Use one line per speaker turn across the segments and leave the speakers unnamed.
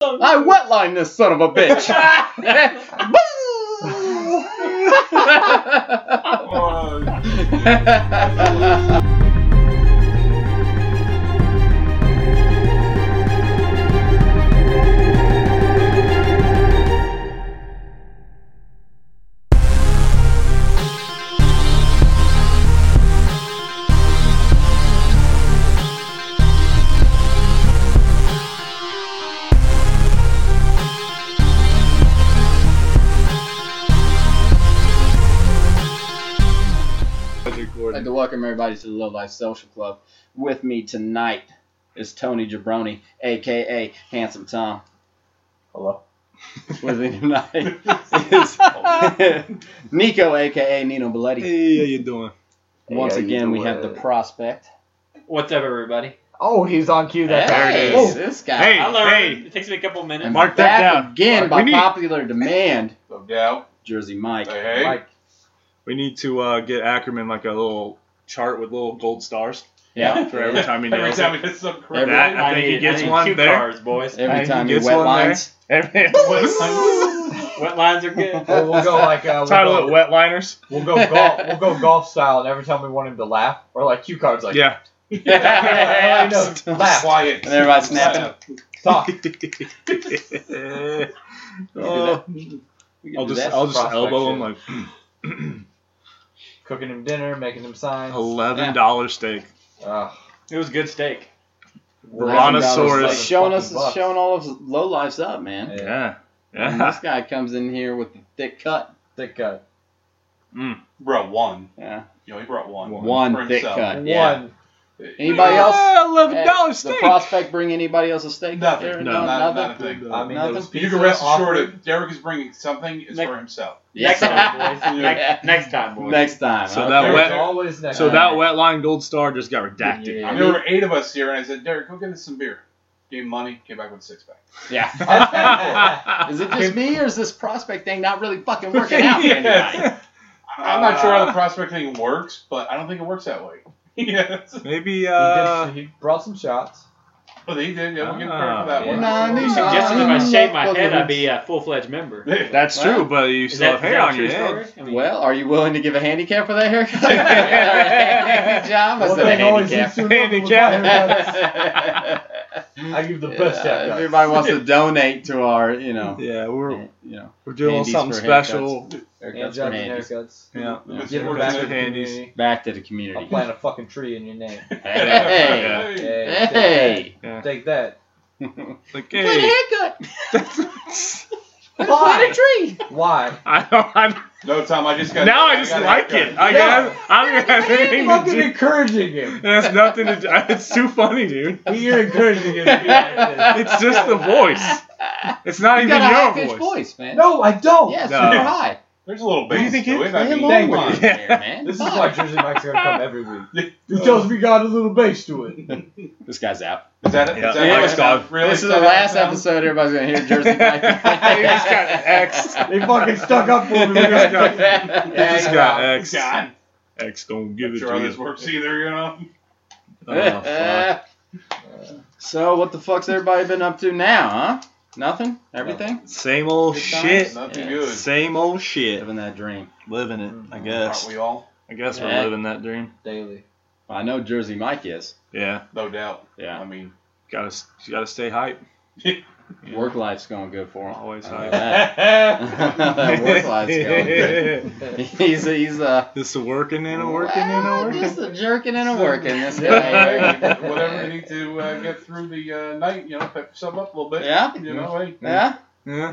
I wetlined this son of a bitch. I'd like to welcome everybody to the Love Life Social Club. With me tonight is Tony Jabroni, aka Handsome Tom.
Hello.
With me tonight is Nico, aka Nino Belletti.
Hey, how you doing?
Hey,
Once
how you
again, we have the
doing?
prospect.
What's up, everybody?
Oh, he's on cue. That's
There it
Hey,
is.
This guy.
Hey,
I learned.
hey.
It takes me a couple minutes.
And
Mark
back
that down.
again
Mark, we
by
need-
popular demand,
No doubt.
Jersey Mike.
Say hey.
Mike.
We need to uh, get Ackerman like a little chart with little gold stars
Yeah.
for every time he
Every
nails it.
time we hit some
That,
crazy.
I think he
need-
gets
I need
one
two
there.
cars, boys.
Every
Hey,
time
he
you
gets
wet
one there.
lines.
Every-
Wet lines are good.
Well, we'll go like uh, we'll
Title it
go,
wet liners.
we'll go golf. We'll go golf style, and every time we want him to laugh, or like cue cards, like
Yeah.
I know, laugh,
Quiet.
And everybody snapping.
talk.
Oh,
We can
I'll
do
just
that.
I'll just
prospect
elbow him
shit.
like hmm.
Cooking him dinner, making him signs.
eleven dollar steak.
Ugh.
It was good steak.
Brontosaurus.
Like, showing us,
Fucking bucks.
showing all of us low lives up, man.
Yeah.
Yeah.
And
Yeah.
this guy comes in here with the thick cut.
Thick cut.
Brought one.
Yeah.
You know, he brought one.
One.
One
For
thick
himself.
cut.
One.
Yeah. Anybody
Yeah,
else?
Eleven dollar
the
steak.
prospect bring anybody else a steak?
Nothing.
There?
No,
No,
not-
nothing.
not a thing.
I mean,
Nothing.
there was pizza
You can rest assured
offered.
if Derek is bringing something, it's
Nick-
for himself.
Yes.
Next time, boys.
Yeah.
Next, next time, boys.
Next time.
So
okay.
that
There's
wet-
always next.
So
time.
that wet line gold star just got redacted.
uh, Yeah.
I mean, there were eight of us here, and I said, Derek, go get us some beer. Gave him money, came back with a six pack.
Yeah.
Is it just me or is this prospect thing not really fucking working out for
Yes.
anybody?
I- I'm not sure
Uh.
how the prospect thing works, but I don't think it works that way. yes.
Maybe
He,
uh.
did, he brought some shots.
But he did. Yeah, we'll give him credit for that
Yeah.
one.
Uh, Nah,
You
these-
suggested if I
these
shaved my head,
motherfuckers-
I'd be a full-fledged member.
That's
Well,
true, but you
Is
still have
that, is
hair
that a
on
true
your head.
story? I mean,
Well, are you willing to give a handicap for that haircut? Good job. I
Well,
said
they
a
always
handicap.
do sooner than
Handicap.
later.
I
I give the best
if
haircut.
everybody wants to donate to our, you know,
Yeah, we're
you know,
we're doing
Handies
something
for
special.
Hand
haircuts for
jobs and
handies.
haircuts.
Yeah.
Yeah.
Give
We're
it back
doing
to the
handies.
community.
Back to the
I'll
community.
plant a fucking tree in your name.
Hey,
Yeah,
hey.
Yeah.
Take that.
Like,
Plant a
hey,
haircut.
Why?
Plant a tree.
Why?
I don't. I'm,
No, Tom, I just got
now I just
got a
like
haircut.
it. I got. I don't have anything to
fucking
do.
encouraging him.
That's nothing to do. It's too funny, dude.
You're encouraging him to be like
It's just the voice. It's not
You
even
got a high
your
pitched
voice.
voice, man.
this. No, I don't.
Yeah,
No.
super high.
There's a little
do you
bass
think
to
you
it. I
Play
mean,
along
thank
with
you.
it there, man.
This is
Fuck.
why Jersey Mike's gonna come every week. He
Uh,
tells me got a little bass to it.
This guy's out.
Is that it?
Yeah,
Is that
Mike's
it?
gone.
Really?
this is
Is
the
that
last
it?
episode everybody's gonna hear Jersey Mike.
He just got X'd.
They fucking stuck up for me.
He just got- he
Yeah,
just
yeah.
got X.
God,
X don't give
I'm
it
sure how
to
this
you.
works either, you know.
Oh, fuck.
so what the fuck's everybody been up to now, huh? Nothing? Everything?
Same old
Good
shit.
Nothing
Yeah.
good.
Same old shit.
Living that dream.
Living it, I
Aren't
guess.
we all?
I guess
Yeah.
we're living that dream.
Daily.
I know Jersey Mike is.
Yeah,
No doubt.
Yeah.
I mean,
gotta gotta stay hype. Yeah.
Work life's going good for him.
Always
I know
hype.
that. That work life's going good. He's a, he's a
Just a working and a working and a
Uh,
well,
working.
Just a jerking and a working. This
yeah,
guy.
hey, whatever you need to uh, get through the uh, night, you know, pep yourself up a little bit.
Yeah.
You know, hey,
Yeah.
Yeah.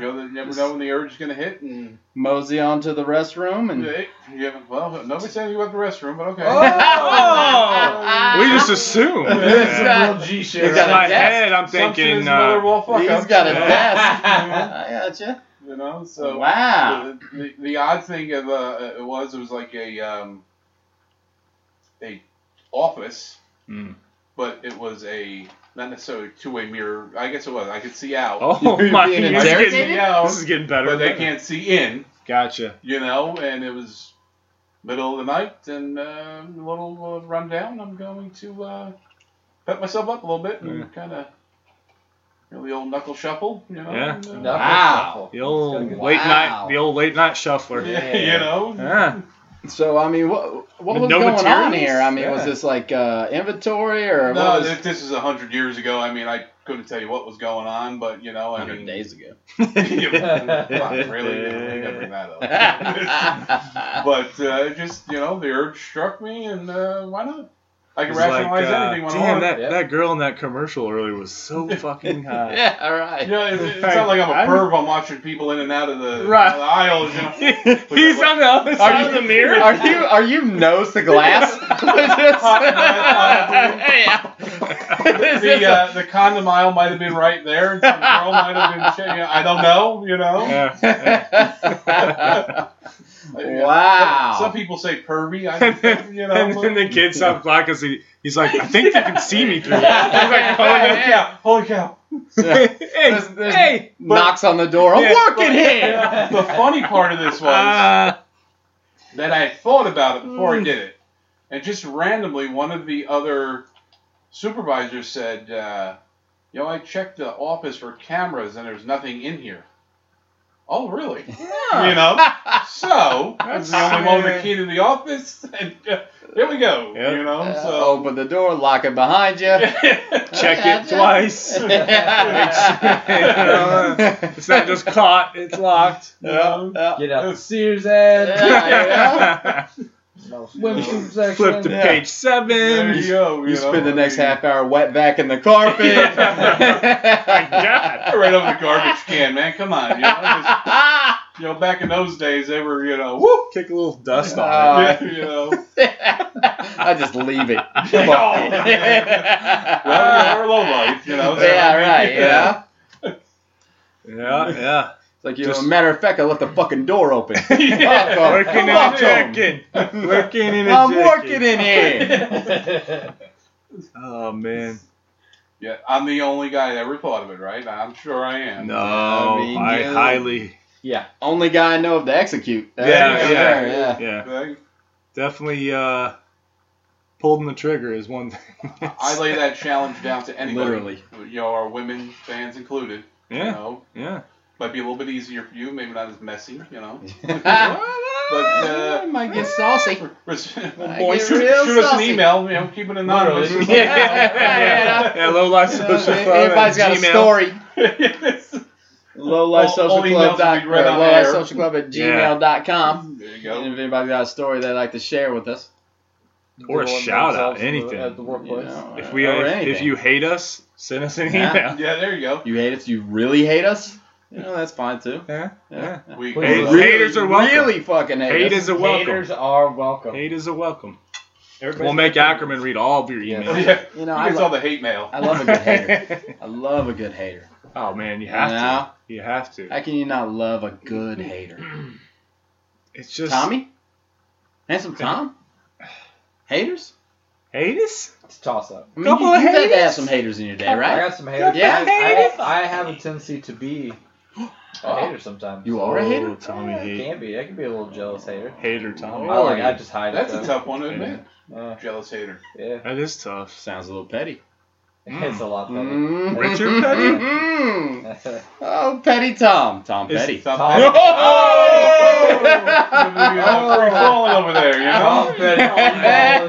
you, know, you never know when the urge is going to hit. And
Mosey on to the restroom and
hey, you haven't, well, nobody's saying you went to the restroom, but okay. Uh,
Oh! We just assume.
It's
Yeah.
got-
Real G shit.
He's
In
got a
my
desk.
head, I'm
Assumption
thinking.
is another
Uh,
wall fuck
he's
up,
got a
Yeah.
desk. I gotcha.
You know, so.
wow.
The, the, the odd thing of uh, it was it was like a um, a office,
mm.
but it was a not necessarily two way mirror. I guess it was. I could see out.
Oh
You're
my!
being
This is,
interrogated?
getting, this is getting better.
but
and
they
better.
can't see in.
Gotcha.
You know, and it was middle of the night and uh, a little uh, rundown. I'm going to uh, pep myself up a little bit and kind of You know, the old knuckle shuffle. You know?
Yeah.
and, uh,
Knuckle
Wow.
shuffle.
The old
Wow.
late night, the old late night shuffler.
Yeah,
Yeah.
you know.
Yeah.
So I mean, what what was
No
going on
materials?
here? I mean, was
Yeah.
this like uh, inventory or
No,
what was
th- this is a hundred years ago. I mean, I couldn't tell you what was going on, but you know, I
100
mean,
days ago?
Yeah, fuck, really? I gotta
uh,
bring that up. but uh, just you know, the urge struck me, and uh, why not? I can
It's
rationalize
like, uh,
anything when I
damn,
want.
that,
Yeah.
that girl in that commercial earlier was so fucking hot.
yeah, all right.
You know, it's, it's
Hey,
not like I'm a
I'm-
perv. I'm watching people in and out of the,
Right.
the aisles. You know?
He's on the other side
you-
of the mirror.
Are you are you nose to glass? Is this
The, uh, the condom aisle might have been right there. And some girl might have been. You know, I don't know. You know.
Yeah, yeah.
a-
Some
wow.
people say pervy. I
and,
just,
then,
you know.
and then the kid stopped black because he, he's like, I think you can see me through. it." I'm like,
holy
oh,
cow! Holy cow!
Yeah.
no. hey,
There's- there's-
hey.
Knocks on the door. I'm
Yeah.
working here.
The funny part of this
Uh.
was.
Ah.
that I had thought about it before I did it. And just randomly, one of the other supervisors said, uh, You know, I checked the office for cameras and there's nothing in here. Oh, really? You know? So, I was the only one with the key to the office. And uh, here we go.
Yep.
You know?
Uh,
So.
open the door, lock it behind you.
check it
Yeah.
twice. it's not just caught, it's locked.
um,
Yeah.
Get out the Sears ad.
Yeah.
Women's section.
Flip to
Yeah.
page
there
seven.
you go.
You
know?
spend the next
I mean,
half hour wet back in the carpet.
My God.
Right over the garbage can, man. Come on. You know, Just- you know back in those days, they were, you know, whoop.
Kick a little dust
Uh,
off.
Alright.
you know.
I just leave it. Come on.
Well, you're a low life, you know. so-
yeah, right. Yeah.
Yeah, yeah.
It's like, you
Just-
know, matter of fact, I left the fucking door open.
Yeah.
Fuck
Working in
Come
a
on.
jacket. Working in a
I'm
jacket.
working in here.
Oh, man.
Yeah, I'm the only guy that ever thought of it, right? I'm sure I am.
No,
I mean,
I
yeah.
highly.
yeah.
Only guy I know of to execute. There
Yeah,
you go,
yeah.
there, yeah.
Yeah.
Okay?
Definitely uh, pulling the trigger is one thing.
I lay that challenge down to anybody.
Literally.
You know, our women fans included. You
Yeah,
know,
yeah.
might be a little bit easier for you, maybe not as messy, you know.
Ah, it might get saucy.
Res-
Might
Boy,
get
shoot,
Uh, real
shoot us an
saucy.
email, you know, keep it anonymous.
Literally.
Yeah.
Yeah, low life
You know,
social club. at
Everybody's uh, got a
Gmail.
story.
there
Lowlife
All- all
Social Club
emails will
dot
be read on
Lowlife
air.
Social Club at
Yeah.
gmail dot com.
you
And
go.
if anybody's got a story they'd like to share with us,
Or a
Doing
shout
themselves
out, anything.
At the
you
workplace.
know,
If we,
or
if, if
anything.
you hate us, send us an
Yeah.
email.
Yeah, there you go.
You hate us? You really hate us? You know, that's fine too.
Yeah, yeah.
We
Hey,
uh,
Hate- haters are welcome.
Really fucking hate,
Hate
us.
is a welcome.
Haters are welcome.
Haters are welcome.
Everybody's
We'll make Ackerman read all of your
Yeah.
emails.
yeah,
You know, I,
it's
lo-
all the hate mail.
I love a good hater. I love a good hater.
oh man, you have
No.
to. You have to.
How can you not love a good hater?
It's just
Tommy, handsome Tom, haters.
haters.
It's a toss up.
I mean,
Couple
you,
of
you had to have
haters.
some haters in your day,
I
right?
got some haters.
Yeah.
I, I, I have a tendency to be a hater sometimes.
You are Oh. a hater.
Oh, Tommy
Yeah, I
hate.
can be. I can be a little jealous hater.
Hater
I
Tommy.
Oh.
like. I just hide
That's
it.
a
though.
tough one to admit.
Uh,
Jealous hater.
yeah.
That is tough.
Sounds a little petty.
It's a lot better.
Mm.
Richard Petty?
Mm. Oh, petty Tom. Tom
Is-
Petty.
Stop
Tom-
that.
Oh!
Oh, free falling over there, you know?
Oh, Here I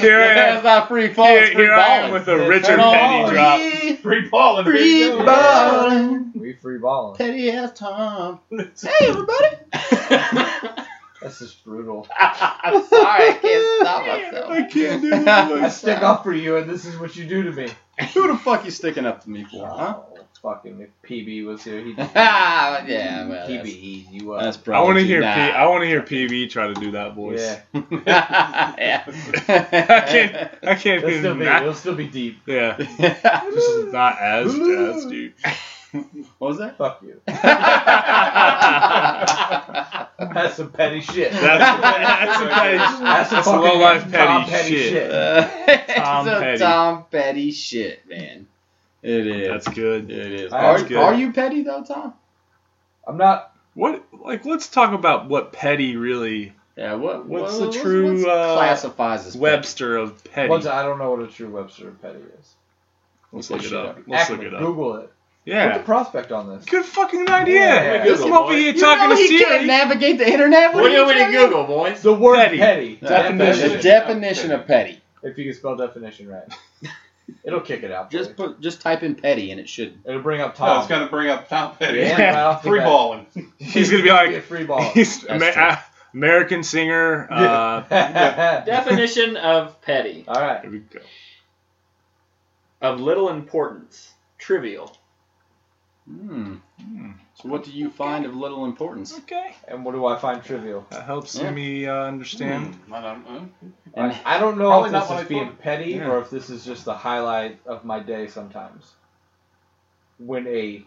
That's
am.
not free fall.
Here,
it's free
here I am
balling.
with a
Yeah,
Richard
turn
Petty
on.
drop.
Free falling.
Free
baby.
balling.
we free balling.
Petty ass Tom. Hey, everybody.
That's just brutal.
I'm sorry, I can't stop myself.
I can't do it.
I stick up for you, and this is what you do to me.
Who the fuck you sticking up to me for, huh?
Oh, fucking if PB was here, he'd
Ah, yeah, well,
he'd
that's-
be easy. You uh, up.
That's
I
probably
want to
too
hear. P-
bad.
I want to hear PV try to do that voice.
yeah.
yeah.
I can't. I can't
It'll
do
still be.
that.
It'll still be deep.
Yeah. This is not as jazz, dude.
what was that?
Fuck you.
yeah,
That's some petty shit.
That's, that's a petty.
That's
That's,
a
a
fucking
low life
Tom
petty,
Petty
shit.
shit.
Tom so
Petty.
Tom Petty shit, man. It is.
That's good.
it is.
That's
Are,
good.
are you petty though, Tom?
I'm not.
What? Like, let's talk about what petty really
Yeah. What?
What's
what-
the true,
what's
uh,
classifies as petty?
Webster of petty.
What's, I don't know what a true Webster of petty is.
Let's look it
shit
up.
up.
Let's
Ackman,
look it up.
Google it. Put
Yeah.
the prospect on this.
Good fucking idea.
Yeah.
Listen, I'm over here
You
talking
know
to
he can't
Siri.
navigate the internet. What,
What do you
are
want
you
me to Google, boys?
The word
Petty.
petty.
Definition.
The definition of petty.
If you can spell definition right, it'll kick it out. for
Just
you.
put, just type in petty, and it should.
it'll bring up
Oh,
Tom.
it's going to bring up Tom Petty.
Yeah.
right off the
Free
bat.
balling.
He's gonna be like-
a free ball.
He's
That's
Amer-
true.
uh, American singer. Uh,
Definition of petty.
All right.
Here we go.
Of little importance. Trivial.
Hmm. So what do you find of little importance?
Okay.
And what do I find trivial?
That helps
Yeah.
me uh, understand.
Hmm, I don't know.
And
I don't know
Probably
if
not
this
what
is
I
being
thought.
petty
Yeah.
or if this is just the highlight of my day sometimes. When a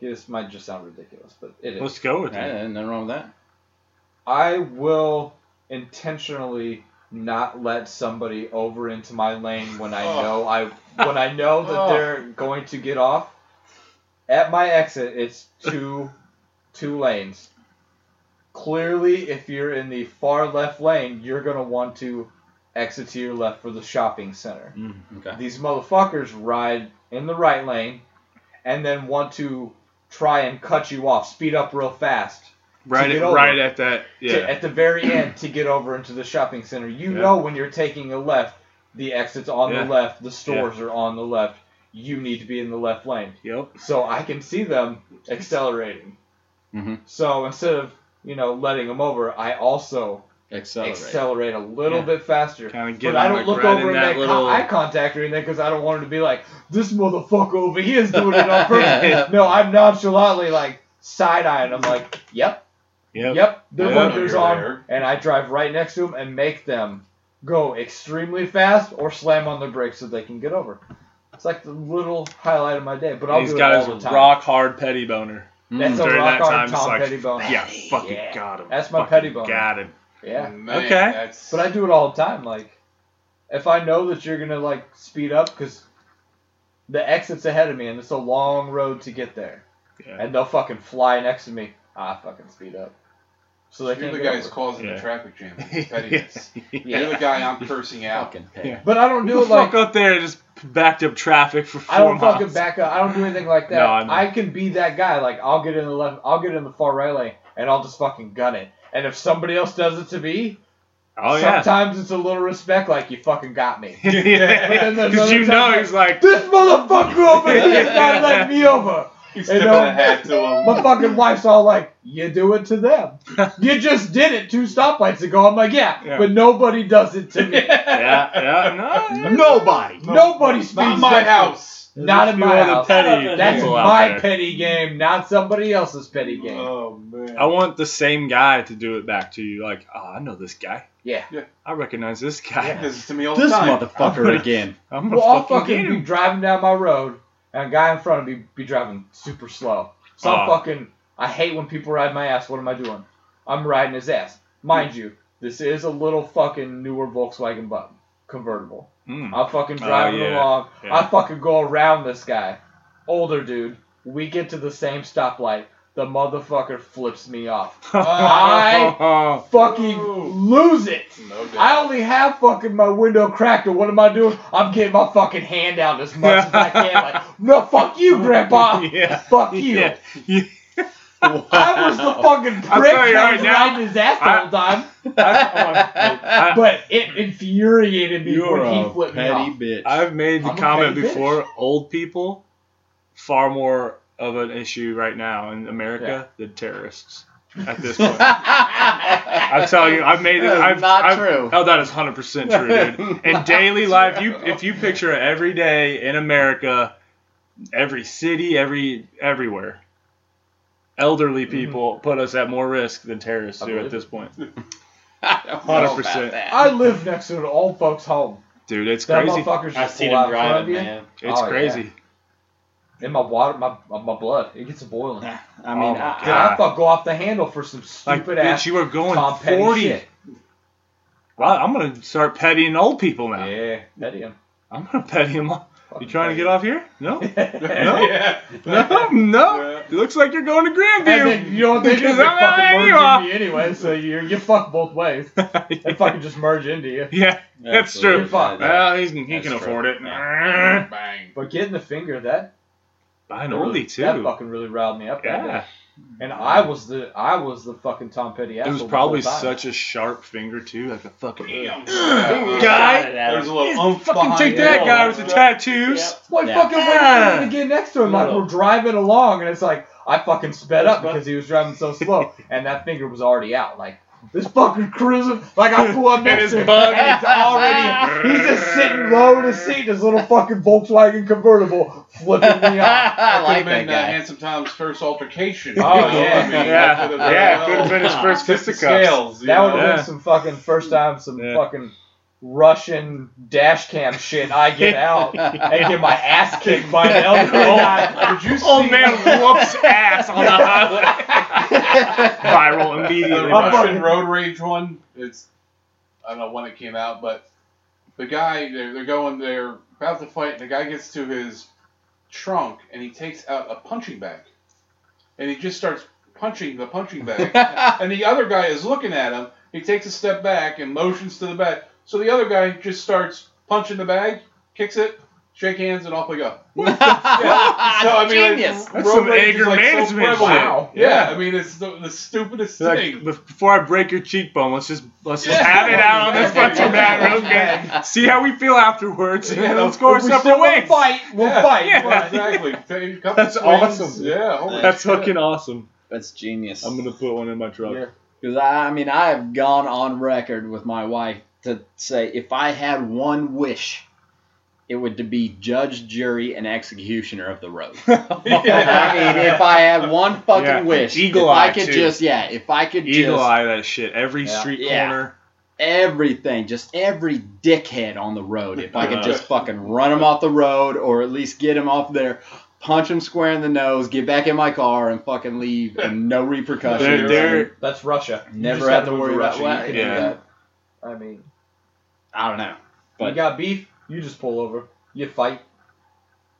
this might just sound ridiculous, but it is.
Let's go with
Hey,
it.
there's nothing wrong with that.
I will intentionally not let somebody over into my lane when I
Oh.
know I when I know that
Oh.
they're going to get off. At my exit, it's two two lanes. Clearly, if you're in the far left lane, you're gonna want to exit to your left for the shopping center
Okay.
these motherfuckers ride in the right lane and then want to try and cut you off, speed up real fast
Right,
get
at,
over.
right at that.
to-
Yeah.
at the very end to get over into the shopping center. You
Yeah.
know when you're taking a left, the exit's on
Yeah.
the left, the stores are on the left. You need to be in the left lane.
yep.
So I can see them accelerating.
Mm-hmm.
Mhm.
So instead of, you know, letting them over, I also
Accelerate.
accelerate a little
Yeah.
bit faster
Kind of get
but I
him,
don't
like,
look
right
over
in
and
that
make
little.
co- eye contact or anything because I don't want him to be like, this motherfucker over here is doing it on purpose. no, I'm nonchalantly like side eyeing. I'm like, yep,
Yep.
yep, the
I know
windows
you're
on.
there.
And I drive right next to him and make them go extremely fast or slam on the brakes so they can get over. It's like the little highlight of my day, but I'll
He's
do
got
it all the
his
time.
rock hard petty boner.
Hmm.
That's a
During
rock
that
on
time, it's
Tom
like,
Pettibone.
Yeah, fucking
Yeah.
got him.
That's my
Fucking
petty boner.
Got him.
Yeah.
Man,
Okay.
That's,
But I do it all the time. Like, if I know that you're gonna like speed up because the exit's ahead of me and it's a long road to get there,
Yeah.
and they'll fucking fly next to me, I fucking speed up. So they
you're
can.
the
The
guy who's causing
Yeah.
the traffic jam. It's pettiness.
yeah.
You're the guy I'm cursing out.
Fucking petty.
Yeah.
But I don't do
Who the
it like
fuck up there just backed up traffic for four
I don't
miles?
fucking back up. I don't do anything like that.
No, I know.
I can be that guy. Like I'll get in the left. I'll get in the far right lane and I'll just fucking gun it. And if somebody else does it to me,
Oh yeah.
sometimes it's a little respect. Like you fucking got me. then there's
Because
another
you
time
know
like-
he's like,
This motherfucker over here is not letting me over.
He's
And,
tipping
um,
a hat to him.
My fucking wife's all like, "You do it to them. You just did it two stoplights ago." I'm like, "Yeah,
Yeah.
but nobody does it to me.
yeah, yeah, no.
Nobody.
Nobody speaks.
Not my
next to me.
house.
Not in
You
my
are the
house.
petty
That's
That's
people out
my
there.
petty game, not somebody else's petty game.
Oh man.
I want the same guy to do it back to you. Like, oh, I know this guy.
Yeah.
Yeah.
I recognize this guy.
Yeah, this is to me all the
This
time.
motherfucker again.
I'm gonna
well, I'll
fucking
fucking
get
be
him.
driving down my road, and a guy in front of me be driving super slow. So I'm
Aw.
fucking. I hate when people ride my ass. What am I doing? I'm riding his ass. Mind you, this is a little fucking newer Volkswagen Button convertible.
Mm.
I'm fucking
Oh,
driving
yeah.
along.
Yeah.
I fucking go around this guy. Older dude. We get to the same stoplight. The motherfucker flips me off. I- Fucking
Ooh.
lose it.
No doubt.
I only have fucking my window cracked, or what am I doing? I'm getting my fucking hand out as much as I can. Like, no, fuck you, Grandpa.
Yeah.
Fuck you.
Yeah. Yeah.
I was the fucking
I'll
prick
tell you
that
right
was
now,
riding his ass the
I-
whole time.
I- I-
But it infuriated me
You're
when he
a
flipped me
petty
off.
bitch.
I've made the
I'm a
comment
petty bitch.
before. Old people, far more of an issue right now in America than terrorists. At this point, I'm telling you, I've made it.
That is
I've,
not
I've-
true.
Oh, that is hundred percent true, dude. In
Not
daily life, you
true.
if you picture it every day in America, every city, every everywhere, elderly people put us at more risk than terrorists
Mm-hmm. I
do at
believe
this point.
I don't know
100%.
about that.
I live next to an old folks' home.
Dude, it's
That
crazy.
motherfucker's
I've
just
seen
pull out
him
in front of
driving,
you.
man.
It's
Oh, yeah.
crazy.
In my water, my my blood, it gets boiling.
I mean,
oh
I-
my God. I fuck go off the handle for some
Like,
stupid
bitch,
ass
you are going
Tom Petty
40.
shit.
Wow, I'm gonna start pettying old people now.
Yeah, petty him.
I'm gonna petty them. You trying to get off here? No,
no?
No?
yeah.
no, no.
Yeah.
It looks like you're going to
And then
Grandview.
you know what they do?
Because
They
I'm
fucking
out
merge
here.
into you anyway, so you're, you fuck both ways. They fucking just merge into you.
yeah, that's true.
You're fine.
Well, he's, he
That's
can
true.
afford it.
Bang.
But getting the finger, that
Buying
really,
early too.
that fucking really riled me up. that
yeah,
day. And I was the I was the fucking Tom Petty
it
asshole.
was
the
probably
whole time.
such a sharp finger too, like a fucking.
Damn.
Guy,
There's a little oomph
fucking
behind
take
it.
that
Yeah.
guy with the tattoos.
Yep.
Why
Yeah.
fucking
Yeah.
yeah. to get next to him? Like
Little.
we're driving along, and it's like I fucking sped up
But-
because he was driving so slow, and that finger was already out. Like this fucking cruising, like I pull up next
his
to him,
bug.
and he's already he's just sitting low in his seat, in his little fucking Volkswagen convertible, flipping me off.
I
That
like that
could have been uh,
guy.
Handsome Tom's first altercation.
Oh,
You know,
yeah.
I mean, that
yeah,
could've
yeah,
well
could have been his first
tipped the
fisticuffs.
Scales, you
That would have
know?
Yeah.
been some fucking first time, some
Yeah.
fucking Russian dash cam shit. I get out and get my ass kicked by an elderly guy.
Did you see?
Oh, Old oh, man whoops ass on the highway. Viral
the
immediately.
I'm fucking-
Russian road rage one. It's I don't know when it came out, but the guy they're, they're going they're about to fight. And the guy gets to his trunk and he takes out a punching bag, and he just starts punching the punching bag. and the other guy is looking at him. He takes a step back and motions to the back. So the other guy just starts punching the bag, kicks it, shake hands, and off we go. Yeah. So I mean, like,
Genius.
That's
road
some
rage
anger
is, like, so
management shit.
prevalent.
Wow.
Yeah, I mean it's the, the stupidest
Like,
thing.
be- before I break your cheekbone, let's just let's just
Yeah.
have it out on this
Yeah.
fucking mat real good. See how we feel afterwards, and then
Yeah.
we'll score
If we still
separate
wanna
ways.
fight, we'll
Yeah.
fight.
Yeah.
Well, exactly. Take a couple
That's
swings.
awesome.
Yeah. holy
That's
shit.
fucking awesome.
That's genius.
I'm gonna put one in my truck.
Yeah.
Because I, I mean, I have gone on record with my wife to say if I had one wish, it would to be judge, jury, and executioner of the road. I mean, if I had one fucking
Yeah.
wish,
Eagle
if I
eye,
could
too.
just yeah, if I could
Eagle
just
eye that shit. Every
Yeah.
street
Yeah.
corner.
everything, just every dickhead on the road, if I could
Yeah.
just fucking run them off the road or at least get them off there. Punch them square in the nose, get back in my car, and fucking leave, and no repercussions.
They're, they're
That's Russia. You just
Never have
gotta
to
move
worry about
Russia.
what.
You can do
Yeah.
that. I mean,
I don't know. But-
you got beef, you just pull over. You fight.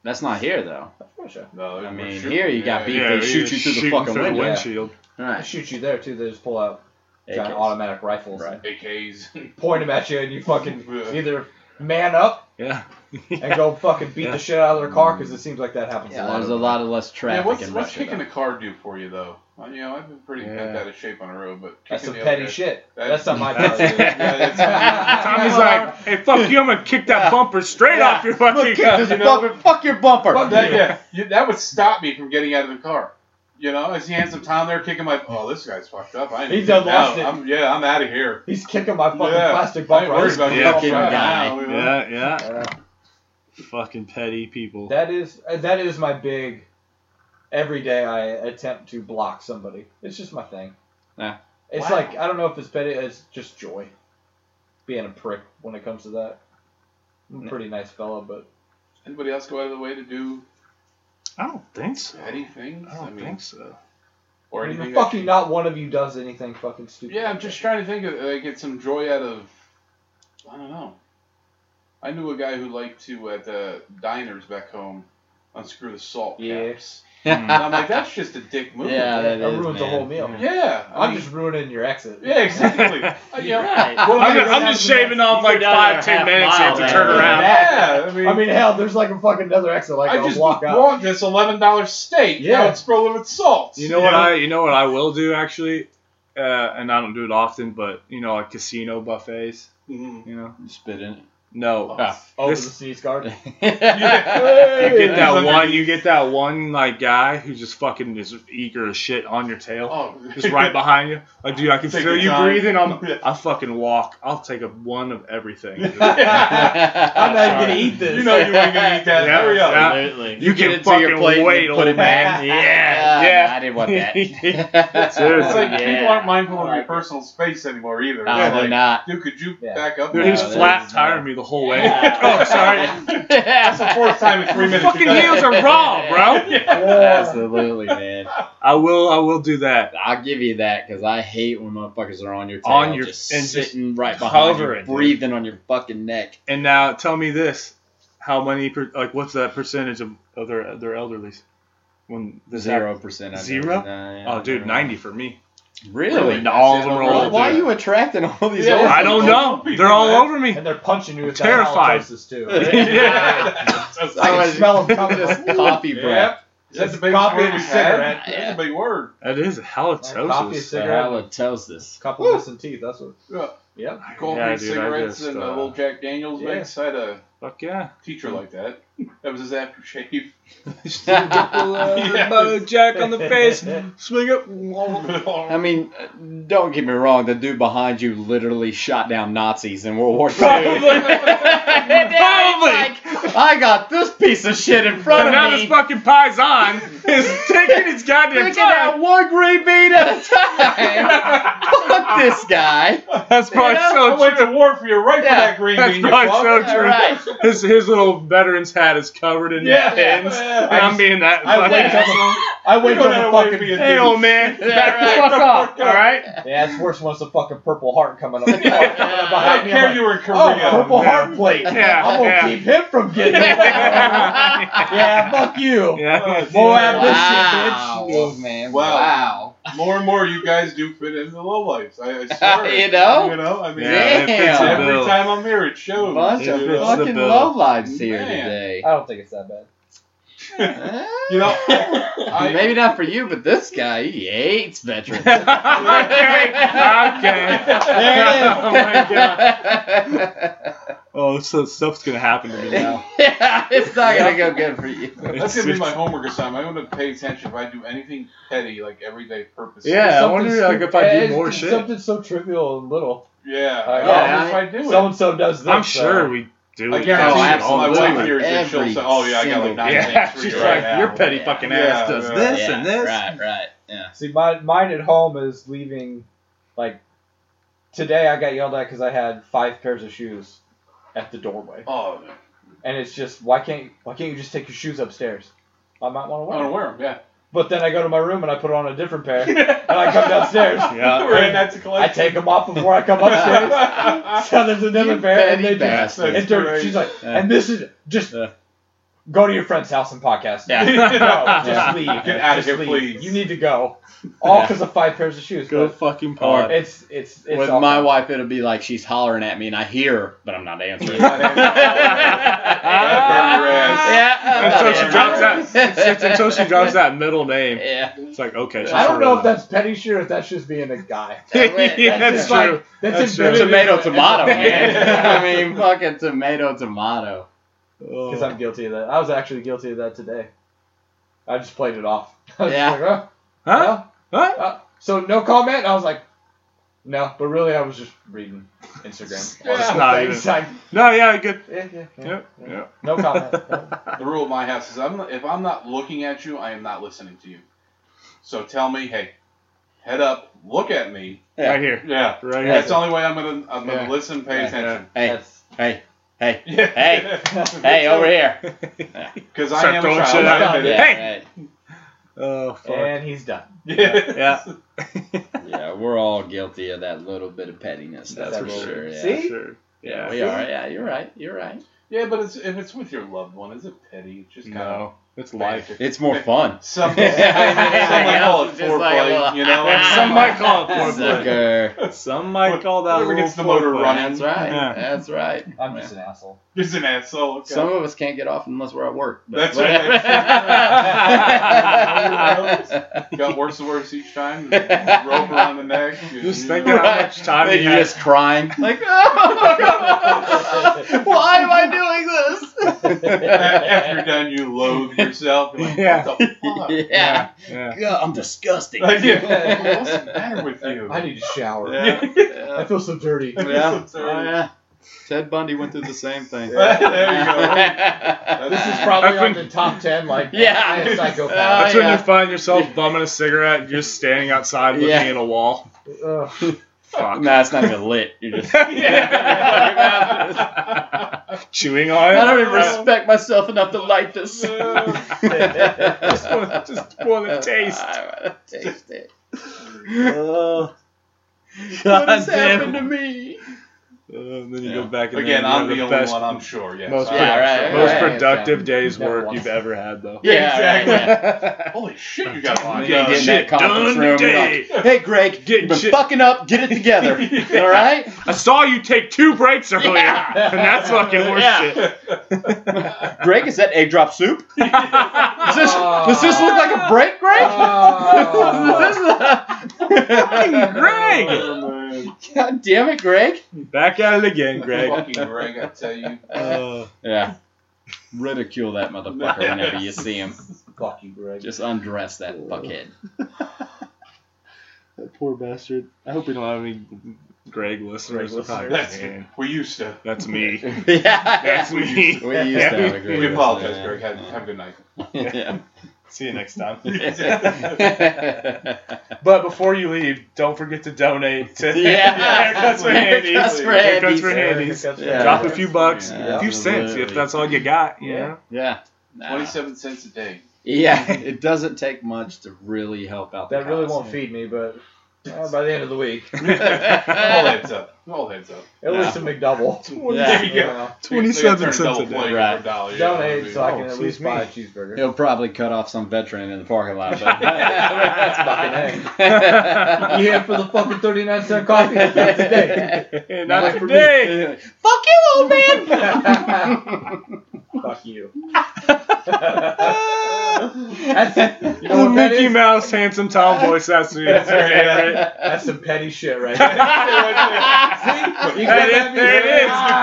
That's not here though.
That's Russia.
No,
I
we're
mean,
shooting.
here you got
Yeah,
beef.
yeah.
yeah,
shoot you
just
through the
shooting
fucking
through the
window.
windshield.
All
They
right.
shoot you there too. They just pull out giant
AKs.
automatic rifles,
Right.
and
AKs.
point them at you, and you fucking
Yeah.
either man up
Yeah.
and go fucking beat
Yeah.
the shit out of their car because it seems like that happens
Yeah,
a lot.
there's a lot of less traffic
Yeah, what's
in
what's
Russia.
kicking
though.
a car do for you though? Uh, You know, I've been pretty
Yeah.
bent out of shape on the road, but
That's some
kicking the
petty
other-
shit.
that-
That's not my
That's-
petty shit.
Yeah, that's-
Tommy's like, hey, fuck you, I'm gonna kick that bumper straight
Yeah.
off your fucking
Kick this
You know-
bumper. Fuck your bumper.
Fuck
that, yeah, you, that would stop me from getting out of the car. You know, I see handsome Tom there kicking my. Oh, this guy's fucked up. I ain't
He's done
getting out.
lost it.
I'm, yeah, I'm out of here.
He's kicking my fucking
yeah,
plastic
I ain't
bumper. I
worried
just-
about
Yeah.
getting out
guy.
now, you know?
Yeah, yeah.
Uh,
Fucking petty people.
That is uh, that is my big. Every day I attempt to block somebody. It's just my thing.
Yeah.
It's
Wow.
like I don't know if it's petty. It's just joy, being a prick when it comes to that. I'm a pretty nice fella, but
Anybody else go out of the way to do
I don't think so.
petty things?
I don't think so.
or
I mean,
anything. that
fucking
you-
not one of you does anything fucking stupid.
Yeah, I'm just trying to think of uh, get some joy out of. I don't know. I knew a guy who liked to at the diners back home unscrew the salt
Yeah.
caps.
Hmm.
And I'm like, that's just a dick move.
Yeah, that
That
is,
ruins the
man.
whole meal.
Yeah, I
I'm
mean-
just ruining your exit.
Yeah, exactly. Uh,
You're
yeah.
right.
Well,
I'm,
I
just,
mean,
I'm just shaving off
You go
like
down
five,
there
ten
half
minutes. You have
mile,
to
man.
turn around.
Yeah, I mean,
I mean, hell, there's like a fucking another exit like
I
a
just
block out.
bought this eleven dollar steak. Yeah,
Yeah.
now it's rolling with salt.
You know what I? You know what I will do actually, uh, and I don't do it often, but you know, like casino buffets.
Mhm.
You know,
You Spit in
no.
Oh,
Over
This-
the seas guard.
Yeah.
You get
Hey.
that one. You get that one like guy who just fucking is eager as shit on your tail,
oh.
just right behind you. Like, dude, I can
Take
feel
your
you
time.
breathing. I'm.
Yeah.
I fucking walk. I'll take a one of everything.
I'm not
it.
even gonna eat this.
You know you ain't gonna eat that.
Yeah.
Hurry up.
Yeah.
Absolutely.
You
Get
can
it to your
fucking
plate and
wait,
put
old
it
man.
back.
Yeah,
Ah,
yeah.
I didn't want that.
Seriously.
It's like people
Yeah.
aren't mindful of
I
your
like it.
personal space anymore either.
No,
They're
they're
like,
not.
Dude, could you
Yeah.
back up?
Dude,
now?"
he was
No, that
flat
is
tiring me the whole way.
Yeah.
Oh, sorry.
That's the fourth time in three
Your
minutes.
fucking
you got-
heels are raw, bro.
Yeah.
Absolutely, man.
I will. I will do that.
I'll give you that because I hate when motherfuckers are on your tail,
On your-
just
and just
sitting right behind you,
hovering, dude.
breathing on your fucking neck.
And now, tell me this: how many per, like what's that percentage of, of their their elderlies when this
Zero percent. I've
Zero?
never- nah, yeah,
happened? Oh,
I've
dude,
never-
ninety for me.
Really?
No, all of them are
Why-
older.
Why are you attracting all these?
Yeah,
old
I don't know. They're all over me.
And they're punching you with
Terrified.
that halitosis, too.
Yeah.
I can
That's
smell them coming. Just coffee breath.
a big
Copy
word
and
we
cigarette.
had. That's a big word.
That is
Copy
halitosis.
is- Cigarette.
halitosis.
couple missing teeth. That's what.
Yeah.
Yep.
Coffee,
Yeah, dude, I
cigarettes,
just,
and a
uh,
little Jack Daniels
yeah.
mix. I had a
Fuck yeah.
teacher like that. That was his aftershave.
uh,
Jack on the face. Swing up.
I mean, uh, don't get me wrong. The dude behind you literally shot down Nazis in World War II. I got this piece of shit in front
But now
of
this
me.
fucking pie's on is taking its goddamn
Picking out
time.
one green bean at a time. Fuck this guy.
That's probably
Yeah,
I
so
went
true.
to war for your right
Yeah.
for that green
That's
bean. you
probably
fuck.
so
All
true.
right.
His his little veteran's hat is covered in
Yeah.
pins.
Yeah.
And I'm being that
I
fucking
went to
asshole.
the, I went
Go
to
that
the
way,
fucking.
be a
Hey,
dude.
old man,
Yeah,
back the
right.
fuck off, all right?
Yeah, it's worse once the fucking Purple Heart coming up coming up
I
behind
don't
me.
care
I'm
you
like,
were in
oh,
Korea.
Purple
Yeah.
Heart plate.
Yeah,
I'm gonna
yeah.
keep him from getting it. yeah, fuck you.
Yeah.
Moab this
Wow. Oh,
shit, bitch.
man.
Wow. More and more, you guys do fit into the lowlives. I, I swear. it.
You know?
You know? I mean,
Yeah.
it fits the
every
bill.
time I'm here, it
wow.
shows.
Bunch
you
of
know?
It's the
fucking
bill.
love lives here
Man.
today.
I don't think it's that bad.
You know, I,
Maybe not for you, but this guy, he hates veterans.
okay. Okay. Oh my god. Oh, so stuff's gonna happen to me now.
yeah, it's not gonna go good for you.
that's gonna be my homework assignment. I'm gonna pay attention if I do anything petty, like everyday purpose.
Yeah, I
Something
wonder like if
stupid-
I do
it's-
more
it's
shit.
Something so trivial and little.
yeah.
Uh,
I,
yeah,
yeah, if I, do
So and so does this.
I'm
uh,
sure we do.
it. I
it.
guarantee
Oh,
you, my
absolutely.
wife hears this. She'll
Every
say, "Oh yeah, I got
single-
like nine
Yeah,
things for
she's
you right
like,
now."
your petty
Yeah.
fucking
Yeah,
ass does
yeah.
this
Yeah,
and this.
Right, right. Yeah.
See, my mine at home is leaving. Like today, I got yelled at because I had five pairs of shoes at the doorway,
Oh,
and it's just why can't why can't you just take your shoes upstairs? I might want to
I want
wear
Oh.
to
them.
wear them. Yeah.
But then I go to my room and I put on a different pair, and I come downstairs.
Yeah.
We're in that to
I
collect.
take them off before I come upstairs. so there's another
You
pair, and
petty
they just
bastard.
and they're- she's like, and this is just
Yeah.
go to your friend's house and podcast.
Yeah.
No,
Yeah.
just leave.
Get out of
Just
here,
leave.
please.
You need to go. All because of five pairs of shoes.
Go
but
fucking pod.
it's it's it's
With
awful.
my wife, it'll be like she's hollering at me, and I hear her, but I'm not answering.
And so she
I'm not
drops that.
answering.
It's just until she drops that middle name.
Yeah.
It's like okay.
I don't know if that's petty shit or if that's just being a guy.
that's, yeah,
That's just
that's true.
like- that's,
That's true.
embedded
Tomato,
in the-
tomato, man.
Yeah.
I mean, fucking tomato, tomato.
Because I'm guilty of that. I was actually guilty of that today. I just played it off. I was
Yeah.
just like, oh,
huh?
oh,
Huh?
uh, so no comment. I was like, no, but really I was just reading Instagram.
Yeah. It's
not
Thanks, I-
No, yeah, good.
yeah, yeah, yeah,
Yep,
yeah.
yep.
No comment.
The rule of my house is I'm not, if I'm not looking at you, I am not listening to you. So tell me, hey, head up, look at me.
Yeah.
Right here.
Yeah.
Right
That's
here.
the only way I'm gonna I'm gonna
Yeah.
listen, pay
Yeah.
attention.
Hey, hey, hey,
Yeah.
Hey. hey, over here.
Because I
Start
am a
throwing
child.
shit
I've
out.
been
Yeah,
there.
Hey!
right.
oh fuck.
and he's done.
Yeah.
Yeah.
yeah, we're all guilty of that little bit of pettiness. That's, for sure. Yeah.
See?
Sure.
Yeah,
Yeah.
we are. Yeah, you're right. You're right.
Yeah, but it's, if it's with your loved one, is it petty? It's just kind of
No, it's life.
It's more fun.
some some might call it
oh,
Just like a
foreplay.
little-
You know,
Some might call it foreplay.
Sucker.
Some might call that
Whoever
a
gets the
little
motor
foreplay.
running.
uh, That's right.
Yeah.
That's right.
I'm just an asshole.
It's an asshole. Okay.
Some of us can't get off unless we're at work.
That's
whatever.
right. Got worse and worse each time. Rope around the neck. and,
Just
you
think
know,
about how much time
Then
you
you're
just.
just crying. Like, oh, why am I doing
a- after you're done, you loathe yourself. You're like,
Yeah.
What the fuck?
this? yeah.
Yeah.
God, I'm disgusting.
Like, yeah, What's the matter with you?
I need to shower.
Yeah.
I
yeah.
feel so dirty.
Yeah. Oh, yeah. Ted Bundy went through the same thing.
Yeah, there you go.
This is
That's-
probably
I
on
couldn't-
the top ten. Like,
Yeah.
I am a psychopath.
Uh,
That's when
yeah.
you find yourself bumming a cigarette, and you're just standing outside looking
Yeah.
at a wall.
Ugh.
Fuck.
Nah, it's not even lit. You're just.
Chewing on it.
I don't even
Uh,
respect myself enough to like this.
just want just want to taste.
I want to taste it.
Oh.
What has happened to me?
Uh, and then you
Yeah.
go back and then
Again,
you
I'm
have
the only
best-
one. I'm sure. Yes.
most,
I-
Yeah, right,
most
right,
productive
exactly.
day's
Never
work
once.
you've ever had, though.
Yeah,
exactly.
right,
Holy shit, you got a lot of
Yeah,
uh,
get in that
shit
conference
done
room. you're
today.
like, hey, Greg,
Getting
you've been
shit-
fucking up. Get it together. All right?
I saw you take two breaks earlier,
Yeah.
and that's fucking worth
Yeah.
shit.
Greg, is that egg drop soup? Does this,
Ah.
does this look like a break, Greg?
Oh.
Ah.
Greg,
God damn it, Greg.
back at it again, Greg.
Fucking Greg, I tell you.
Uh,
Yeah. Ridicule that motherfucker whenever you see him.
Fuck you, Greg.
Just undress that fuckhead.
that poor bastard. I hope we don't have any Greg listeners.
Greg listeners.
That's,
Man,
we used to.
that's me.
yeah.
That's
we,
me.
we used to have a great
We apologize,
listener,
Greg. Have,
yeah.
have a good night.
Yeah.
See you next time.
yeah.
But before you leave, don't forget to donate to Haircuts for Handy.
Haircuts for
Haircuts for
Handies.
Handies.
Yeah.
Drop a few bucks,
Yeah,
a few cents, if
absolutely.
that's all you got. You
Yeah.
know?
Yeah. Nah.
Twenty-seven cents a day.
Yeah, it doesn't take much to really help out.
That
the
really
cause.
won't feed me, but uh, by the end of the week,
All heads up. All heads up.
at
Yeah.
least a McDouble.
Yeah.
There you go.
Uh,
They
27
got turned
cents a
double
day.
plate for
Right.
dollar, you know what I
donate
mean?
so I can
Oh,
at least
excuse
buy a
me.
cheeseburger.
He'll probably cut off some veteran in the parking lot. But
That's
fucking
You here for the fucking 39 cent coffee Not today.
Not today.
Fuck you, old man.
Fuck you. That's, you know
The
what that
Mickey
is?
Mouse handsome Tom voice. That's me. That's my favorite.
That's some petty shit right there. You got
That is-
that
there it
music?
is.
Ah,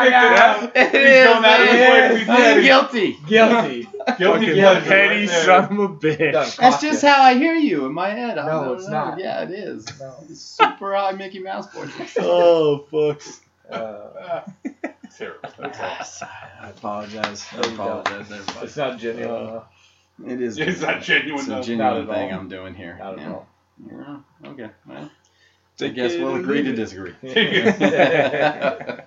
We picked it
yeah.
up.
it
going out of his way to be
is. I'm
petty.
guilty.
Guilty.
Guilty
Fucking
pleasure
petty
right there.
son of a
Done.
bitch.
That's
Fuck
just
you.
how I hear you in my head. I
No,
don't
it's
know.
not.
Yeah, it is.
No.
It's super high Mickey Mouse voice.
Oh, fucks.
Uh,
Terrible. That's all.
I apologize. I
There you go.
apologize, everybody.
it's not genuine.
Oh.
Uh,
It is.
It's not genuine
It's a
though.
Not
genuine
at
thing
all.
I'm doing here.
not at
Yeah.
all.
Yeah, Okay. Well, I
Take
guess
it
we'll
or
agree to
leave it.
disagree.
that's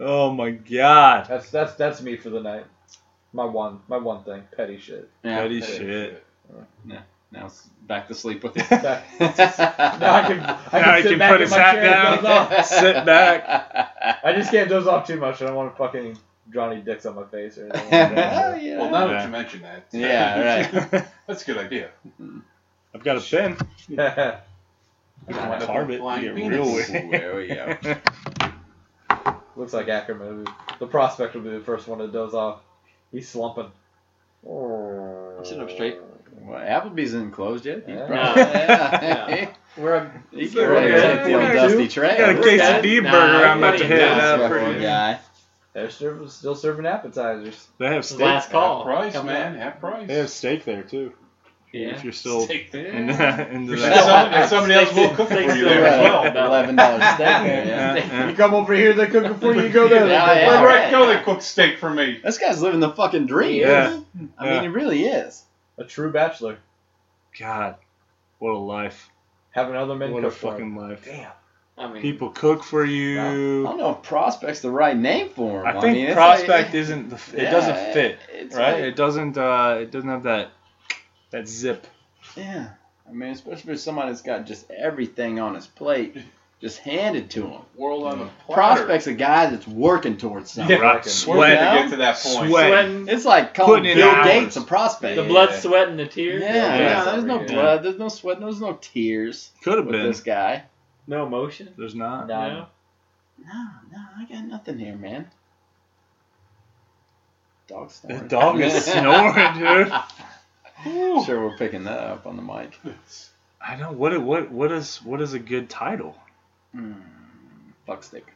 Oh my god.
that's that's me for the night. My one my one thing, petty shit.
Petty
Yeah.
shit.
Now it's back to sleep with you.
Back- Now I can I can,
Now he
sit
can
back
put
in
his
my
hat
chair and
down.
doze off.
Sit back.
I just can't doze off too much. I don't want to fucking Johnny dicks on my face or anything. Like that.
Hell yeah.
Well, now that
Yeah.
you mention that.
Yeah, right.
That's a good idea.
I've got a pen. I
Wind up
can
with
carve it.
blind
Get real
penis.
weird.
There we go.
Looks like Ackerman. The prospect will be the first one to doze off. He's slumping.
Sit up straight.
Well, Applebee's isn't closed yet. You
Yeah.
probably-
Yeah.
Yeah.
We're
You
Yeah.
can really
Yeah.
take the old
Yeah.
dusty tray.
Got a
Look at it.
quesadilla
Nah,
burger I'm about to
everybody
hit
knows.
up.
Fuck
for you.
guy.
They're serv- still serving appetizers.
They have
a
steak.
last call.
Half price,
Come
man.
on.
Half price.
They have steak there too.
Yeah.
If you're still
Steak there.
in, into
There's
that.
somebody, there's somebody else will cook for
Steak
you
still
there as
right.
well.
Eleven dollars steak. there,
Yeah,
yeah.
yeah.
You come over here, they cook it for you. You go there. they
Yeah,
cook it
yeah.
for you.
Where do I
right.
go They cook steak for me?
This guy's living the fucking dream.
Yeah.
isn't he? I mean,
Yeah.
he really is.
A true bachelor.
God, what a life.
Having other men
What a
cook for him.
fucking life.
Damn.
I mean,
People cook for
I
you.
don't know if prospect's the right name for him.
I
Oh, mean,
think
it's
prospect
like-
isn't the. f- It
Yeah,
doesn't fit,
it's
right?
like-
It doesn't. uh It doesn't have that. That zip.
Yeah. I mean, especially for somebody that's got just everything on his plate just handed to him.
World on a platter.
Prospect's a guy that's working towards something.
Yeah.
Right.
Working.
We're going
Sweat.
Working.
to
Well,
get to that point.
sweat.
sweating,
It's like calling
Putting in
Bill
hours.
Gates a prospect.
the
Yeah.
blood, sweat, and the
Yeah,
tears.
yeah,
Yeah.
there's no
Yeah.
blood, there's no sweat, there's no tears
Could have
with
been.
this guy.
No emotion.
There's not.
Nah.
No.
No, no, I got nothing here, man. Dog
The
snoring.
dog is snoring, dude. Whew.
sure, we're picking that up on the mic.
I know what. What. What is. What is a good title?
Mm. Fuck stick.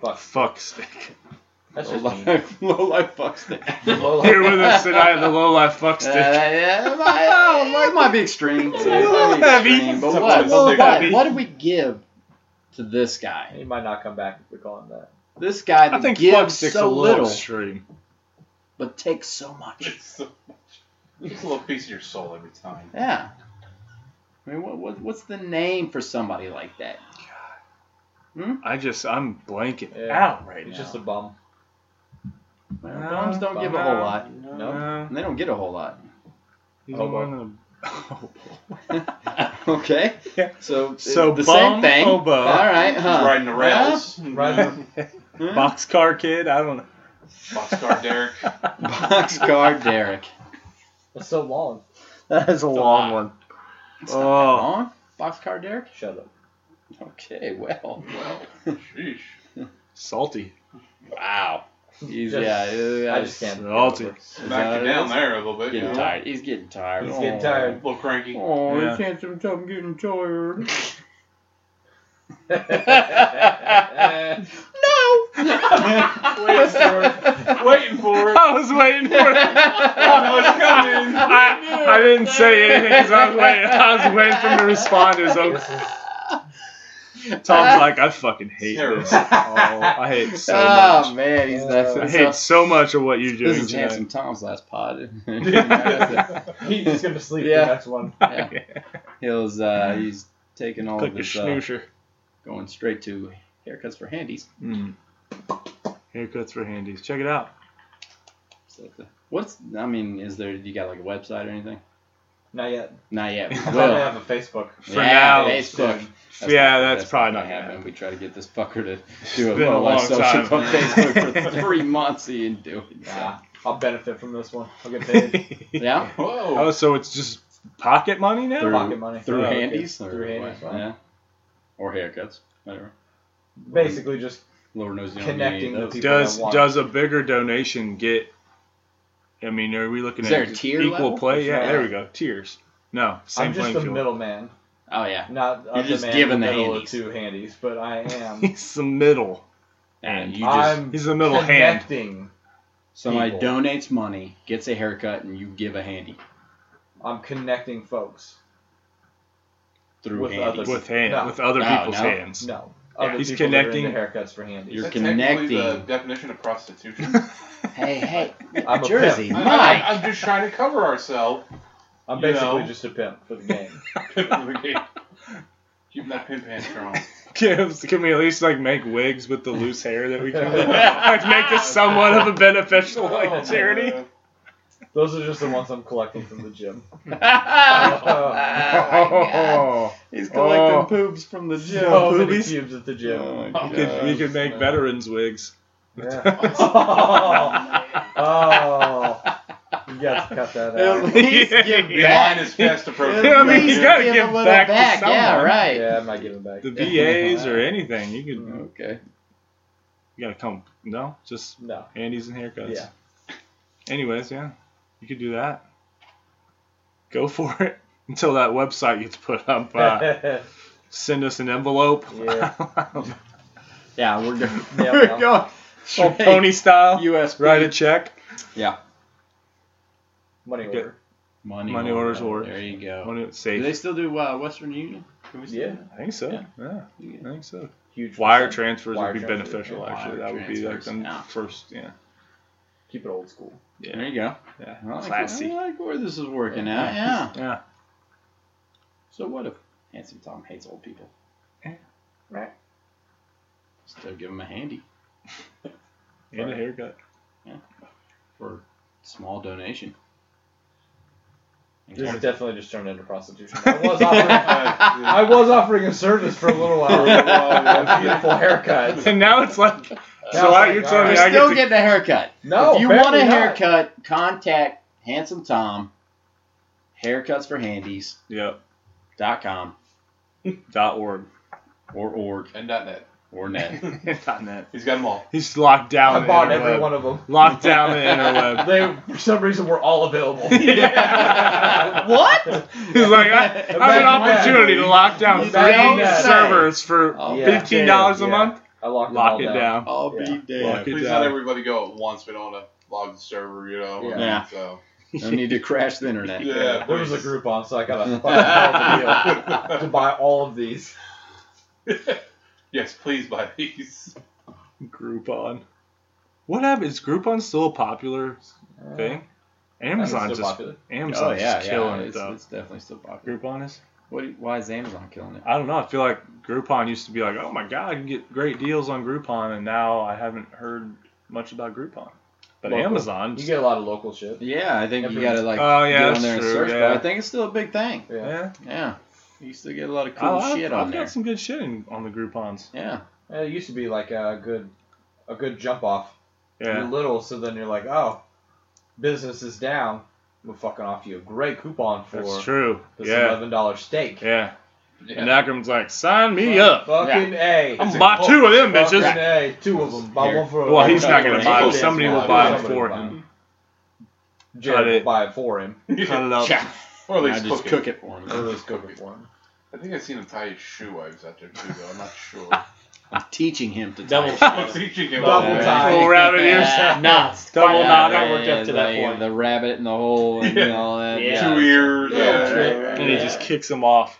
Fuck.
Fuck stick.
That's
Low
just mean.
life, low life fuck stick.
Low life.
Here with us tonight, at the low life fuck
Uh,
stick.
yeah, it might, oh, well, it might be extreme. too. It might be
Heavy.
extreme, But
It's a
what,
little
what, what,
heavy.
what do we give to this guy?
He might not come back if we call him that.
This guy
I
that
think fuck
gives
stick's
so
a little
little,
extreme.
but takes so much.
It's so much. It's a little piece of your soul every time.
Yeah. I mean, what, what, what's the name for somebody like that?
I just. I'm blanking
Yeah.
out right
He's
now.
just a bum.
Well,
No,
bums don't give a whole
no,
lot.
No.
Oh,
And they don't get a whole lot.
He's
Hobo.
the one that-
Okay.
Yeah.
So,
So
the
bum
same thing.
oboe.
All right, huh? Hmm?
He's riding the rails. Mm-hmm.
Right.
Huh?
Boxcar Kid. I don't know.
Boxcar Derek.
Boxcar Derek.
It's so long.
That is a long one. Oh,
Oh. Boxcar Derek?
Shut up.
Okay, well.
Well, sheesh.
salty.
Wow. He's,
Just-
yeah, yeah,
I just can't.
Salty.
Smacked you down there a little bit.
Getting
you know?
tired. He's getting tired.
He's getting
Oh.
A
tired.
little cranky.
Oh,
Yeah.
handsome, so I'm getting tired.
No!
Waiting for it.
I was waiting for it.
Oh, it's coming.
I, I didn't say anything because I was waiting. I was waiting for him to respond. It was
This
okay.
is
Tom's like, I fucking hate
Terrible.
this. Oh, I hate so
oh,
much.
man, he's that's
I hate so much of what you're doing
This is
tonight.
Handsome Tom's last pod.
Oh, He's just gonna sleep
Yeah.
the next one.
Yeah. he was, uh, he's taking all
Click
of
a
his, uh,
snoosher.
going straight to haircuts for handies.
Mm. Haircuts for handies. Check it out.
So, the- what's, I mean, is there, you got like a website or anything?
Not yet.
Not yet. we
I
will.
probably have a Facebook.
For now,
Facebook.
yeah, that's probably not
gonna
happening.
happen. We try to get this fucker to do a
been a
little
long
live social
time.
on Facebook for three months. He didn't do it.
Nah, I'll benefit from this one. I'll get paid.
Yeah.
Whoa.
oh, so it's just pocket money now?
Through-
Pocket money.
Through
Oh, okay.
handies. Or
Through handies,
what?
right.
Yeah. Or haircuts. Whatever.
Basically, just
Lower nose.
Connecting the people.
does
that want-
does a bigger donation get? I mean, are we looking
Is
at
there a tier
equal
level?
play? Yeah,
Yeah.
there we go. Tiers. No, same
I'm just
playing
the
field.
middleman,
Oh yeah.
not
You're
of
just
the man
giving
in the
the
middle
handies.
of two handies, but I am.
He's the middle.
And you just
I'm
He's the middle hand.
connecting.
somebody
people.
donates money, gets a haircut, and you give a handy
I'm connecting folks.
through
With
handies.
others.
With hand,
No.
with other
No,
people's
no.
hands.
No,
Yeah,
other
he's
people that are
connecting-
into haircuts for handies.
You're
Is that technically The
connecting.
definition of prostitution.
Hey, hey,
I'm a
Jersey,
pimp.
I,
Mike.
am just trying to cover ourselves.
I'm
You
basically
know.
just a pimp for the game.
Keeping that pimp hand strong.
Can, can we at least like make wigs with the loose hair that we can? like make this somewhat of a beneficial
Oh,
like charity.
Uh,
Those are just the ones I'm collecting from the gym.
He's
collecting Oh.
poops from the gym.
so many
boobies. Oh.
cubes at the Oh, gym.
my
We could, we could make
Yeah.
veterans wigs.
Yeah. oh, oh. you got to cut that out.
The line is fast approaching.
Yeah, I mean, he's got- gotta
give
give
a little
back
back.
to
yeah,
someone.
right.
Yeah, I'm not giving back.
The VAs or anything. You could
Okay.
you gotta come. No, just
No.
handies and haircuts.
Yeah.
Anyways, yeah, you could do that. Go for it until that website gets put up. Uh, send us an envelope.
Yeah.
Yeah, we're good.
Yeah,
we're
well.
going.
Old pony style.
U.S.
Write a check.
Money
Okay.
order.
money,
Money orders order.
There you go.
Want it
Do
safe.
they still do uh, Western Union? Can we still
Yeah.
do that?
I think so.
Yeah.
Yeah. I think so.
Huge.
Wire
percent.
transfers
Wire
would be
transfers,
beneficial.
yeah.
Actually,
Wire
that would be like
transfers,
the
yeah.
first. Yeah.
Keep it old school.
There
Yeah.
you go.
yeah.
I like,
Classy.
I like where this is working out. Yeah.
Yeah.
So what if Handsome Tom hates old people?
Yeah.
Right.
Still give him a handy
And a haircut.
for small donation.
This
Or-
is definitely just turned into prostitution. I was offering,
Uh, yeah.
I was offering a service for a little while. a beautiful haircut.
And now it's like.
Now
So
it's
I,
like, uh,
you're
all
telling
You're
me I
still
get to
getting a haircut.
No,
if you want a
apparently not.
haircut, contact Handsome Tom, haircutsforhandies.com
Yep. Dot org.
or org
And not net.
or net.
Dot net.
He's got them all.
He's locked down.
I
the
bought
interweb.
every one of them.
Locked down the interweb.
They, for some reason, were all available.
Yeah.
what?
He's like, I, I have an
Imagine
opportunity to lock down
You
don't
three
say.
servers for
Oh,
Yeah.
fifteen dollars a
Yeah.
month.
I locked them all
Lock it down.
I'll
Yeah.
be
Lock
damned.
it
Please
down.
let everybody go at once. We don't want to log the server, you know.
Yeah.
Yeah.
So.
No need to crash the internet. Oh,
Yeah.
There was a group on, so I got a fucking hell of a deal to buy all of these.
yes, please buy these.
Groupon. What happened? Is Groupon still a popular thing? Amazon
It's
just
still popular.
Oh
Amazon's
yeah,
just killing
yeah.
it
It's,
though.
it's definitely still popular.
Groupon is.
What? do you- Why is Amazon killing it?
I don't know. I feel like Groupon used to be like, oh my god, I can get great deals on Groupon, and now I haven't heard much about Groupon. But
Local.
Amazon,
You get a lot of local shit.
Yeah, I think you
Everyone's-
gotta like
Oh, yeah,
get on
that's
there and
true,
search.
yeah.
But I think it's still a big thing.
Yeah.
yeah,
Yeah. You used to get a lot of cool
I- I've,
shit
I've
on
got
there.
some good shit in, on the Groupons.
Yeah.
Yeah, it used to be like a good, a good jump off. You're
Yeah.
little, so then you're like, oh, business is down. We'll fucking offer you a great coupon for
That's true.
this
Yeah.
eleven dollar steak.
Yeah. And
Yeah.
Akram's like, sign me up.
Fucking a.
I'm gonna buy two of them
Fucking
bitches.
a. Two of them. Buy
Here.
one for.
Well, he's not gonna
buy them.
Somebody
will buy them
for
Somebody will
him.
buy them.
Cut
Jared
it.
will buy it for him.
Cut it up.
Yeah.
Or at
I
least
just
cook
cook it
it.
for
Or
him.
let's cook it for him.
I think I've seen him tie his shoe wives out there too, though. I'm not sure.
I'm teaching him to
Double
tie.
I'm
shot.
teaching him
Double
all that.
tie.
Full rabbit ears.
Yeah, knots.
Double
Yeah,
knot.
I worked up to that
the,
point.
The rabbit in the hole and
Yeah.
all that.
Yeah.
Two ears.
Yeah.
Yeah.
Yeah.
And he just kicks him off.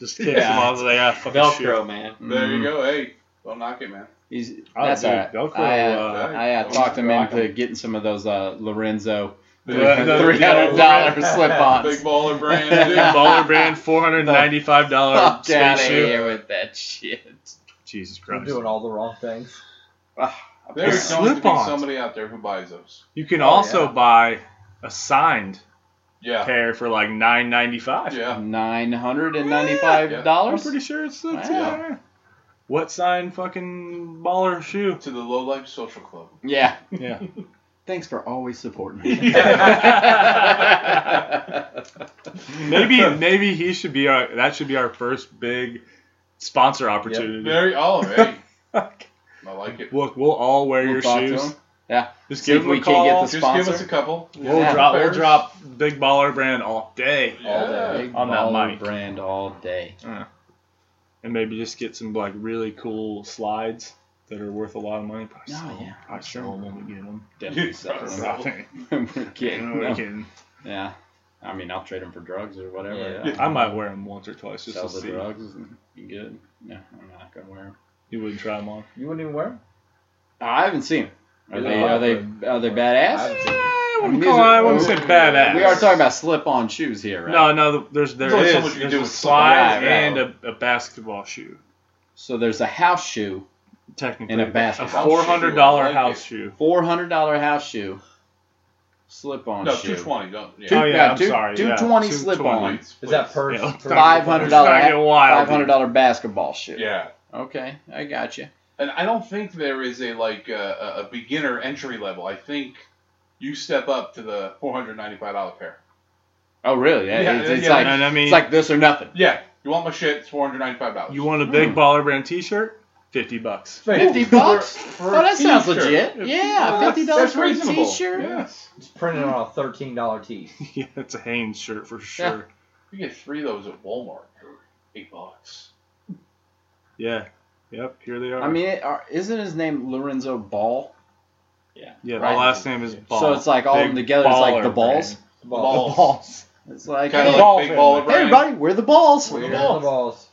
Just kicks
Yeah.
him off. He's Like, ah, fucking
Velcro,
shit.
man.
There you go. Hey, don't knock it, man.
Mm-hmm. He's,
Oh,
that's
dude,
all right.
Velcro,
I, uh,
uh,
I uh,
Don't
talked him
knock
into getting some of those uh, Lorenzo
Yeah, the-
three hundred dollar slip
Big
ons.
baller brand.
Dude,
dude.
baller brand, four hundred ninety-five dollar
uh, Fuck out of
space shoe.
here with that shit.
Jesus
We're
Christ!
doing all the wrong things.
There's going to be
Slip-ons.
somebody out there who buys those.
You can
Oh,
also
yeah.
buy a signed
Yeah.
pair for like nine ninety-five.
Yeah.
Nine hundred and ninety five
I'm
dollars.
pretty sure it's the
Wow.
yeah. What sign? Fucking baller shoe.
To the Low Life Social Club.
Yeah.
Yeah.
Thanks for always supporting me.
maybe maybe he should be our that should be our first big sponsor opportunity.
Very. Oh, hey. I like it.
Look, we'll all wear
We'll
your
talk to
shoes.
him. Yeah.
Just
See if
give them
we
a
can't get
call.
the
Just
sponsor?
give us a couple.
We'll
Yeah.
drop. We'll
Pairs.
drop big baller brand all day,
Yeah.
Big
On that
baller
mic.
brand all day.
and maybe just get some like really cool slides that are worth a lot of money. Probably
Oh,
sell 'em.
yeah.
probably sell them when we get them.
Definitely
You
selling
probably
them.
sell them.
We're kidding.
we
No.
can,
Yeah. I mean, I'll trade them for drugs or whatever.
Yeah.
Yeah.
I might wear them once or twice just
Sell
to
the
see.
drugs and be good. No, I'm not gonna wear them.
You wouldn't try them on.
You wouldn't even wear 'em?
I haven't seen them. Are
Yeah.
they are they are they
I
badass?
haven't seen 'em.
I
mean,
wouldn't,
these
call,
are-
I wouldn't say badass.
We are talking about slip on shoes here, right?
No, no, th- there's there
There's only so
is-
much you can
there's
do
a
with
slide
slide,
and a, a basketball shoe.
So there's a house shoe,
Technically,
And a basketball
shoe.
four hundred dollar
Like
house
it.
shoe.
four hundred dollar house shoe, slip on
No,
shoe.
220. Don't. Yeah.
Two-
oh yeah,
yeah,
I'm
two-
sorry. yeah,
220
220.
slip-on.
Please,
Is that
please.
per,
Yeah, let's
per
talk about
$500
It's gonna get wild.
Five hundred dollar basketball shoe.
Yeah.
Okay, I got you.
And I don't think there is a like a, a beginner entry level. I think you step up to the four hundred ninety five dollar pair.
Oh really? Yeah,
Yeah,
it's, it's
yeah,
like
And I mean,
it's like this or nothing.
Yeah. You want my shit? It's four hundred ninety five dollars.
you want a big
Hmm.
baller brand T-shirt? Fifty bucks.
Fifty
For-
bucks?
for
Oh,
a
that sounds
t-shirt.
legit. Yeah, fifty dollars
That's
for a
reasonable.
t-shirt.
Yes.
It's printed on a thirteen dollar tee.
yeah, it's a Hanes shirt for sure.
You get three of those at Walmart for eight bucks.
Yeah. Yep. Here they are.
I mean, it, are, isn't his name Lorenzo Ball?
yeah.
right.
My last name is Ball.
So it's like all of them
Big
together. It's like
baller
the balls.
brand.
Balls.
It's like,
Kind of
hey,
like
Ball
big
family.
baller
hey,
brand.
everybody, we're the balls.
We're
We're
the
the
balls.
balls.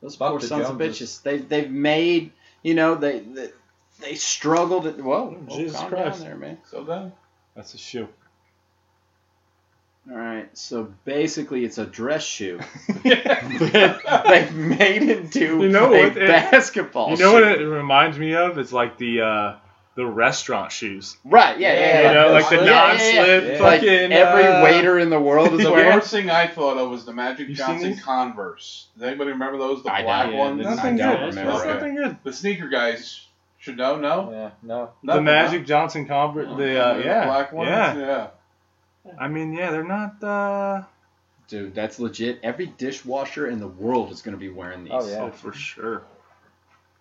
Those
Fuck
poor
the
sons of
Joneses.
bitches. They've they've made you know they they, they struggled. At, whoa,
Oh,
whoa,
Jesus
calm
Christ.
down there, man.
So then,
That's a shoe.
All right, so basically it's a dress shoe.
yeah.
they've made into
You know
a
what, it-
basketball.
you know what
shoe.
it reminds me of? It's like the uh, the restaurant shoes.
Right? Yeah, yeah.
Yeah,
yeah,
you know, like the
Yeah, yeah,
non-slip
yeah.
Like
fucking.
every
uh,
waiter in the world is
the
wearing.
worst thing I thought of was the Magic
You've seen
Johnson
these?
Converse. Does anybody remember those? The
I
black
don't.
ones.
Yeah, I
Nothing
don't
good.
remember
That's
it.
nothing good.
The sneaker guys should know. No.
Yeah, no.
The Oh.
Nothing,
Magic Johnson convert.
no?
The uh,
The
yeah,
black ones.
yeah.
yeah.
I mean, yeah, they're not. Uh,
Dude, that's legit. Every dishwasher in the world is gonna be wearing these.
Oh, yeah.
Oh, for sure.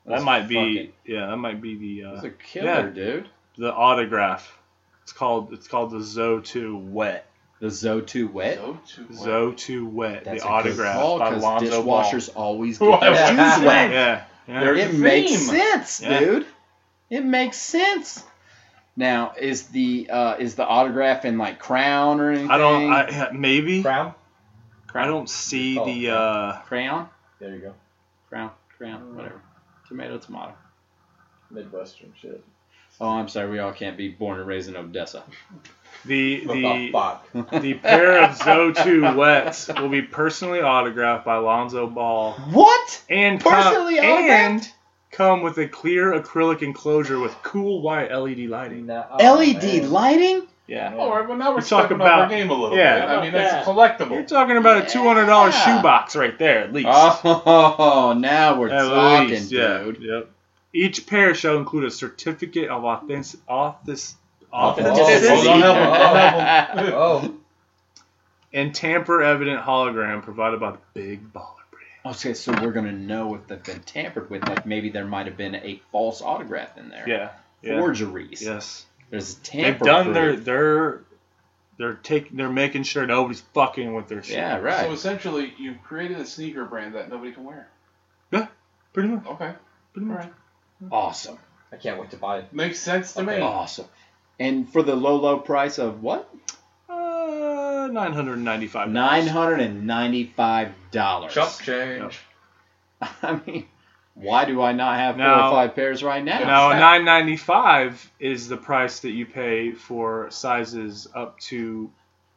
Those
That might be.
fucking-
Yeah, that might be the uh,
Those are killer, dude.
the autograph. It's called it's called the Zo Two Wet.
The Zo 2 wet.
So too wet.
Zo Two Wet.
That's
the
a good
autograph
call,
by
'cause
Lonzo Ball.
dishwashers always get
Why
their
would you
shoes
say
wet.
Yeah, yeah.
There's
It
a
makes
theme.
sense,
Yeah.
dude. It makes sense. Now, is the uh, is the autograph in like crown or anything?
I don't. I maybe.
Crown.
I don't see
Oh.
the. uh
crown,
There you go.
crown, crown, whatever. Tomato, tomato.
Midwestern shit.
Oh, I'm sorry. We all can't be born and raised in Odessa.
The, the
fuck?
The pair of Zo2 wets will be personally autographed by Lonzo Ball
What?
and come,
Personally
and
autographed?
come with a clear acrylic enclosure with cool white LED lighting.
Nah, oh,
E
LED
man.
E lighting?
Yeah.
All right, well now we're
You talk
stepping up our
about-
game a little
yeah.
bit. I mean,
How about
that's collectible.
You're talking about a two hundred dollar
Yeah.
shoebox right there, at least.
Oh, now we're
At
talking,
least, yeah.
dude.
Yep. Each pair shall include a certificate of authentic, authis,
Oh,
authenticity
don't help him, don't help Oh,
and tamper evident hologram provided by the Big Baller Brand.
Okay, Oh, so we're gonna know if they've been tampered with. Like maybe there might have been a false autograph in there.
Yeah. Yeah.
Forgeries.
Yes.
There's
They've
tamper.
done their their they're taking they're making sure nobody's fucking with their shit.
Yeah, right.
So essentially, you've created a sneaker brand that nobody can wear.
Pretty much.
Okay,
Pretty much.
Right.
awesome.
I can't wait to buy it.
makes sense to me.
Awesome. And for the low, low price of what?
Uh, nine hundred ninety five.
Nine hundred and ninety-five dollars.
Chump change.
I mean, why do I not have four
Now-
or five pairs right now?
Now nine ninety five is the price that you pay for sizes up to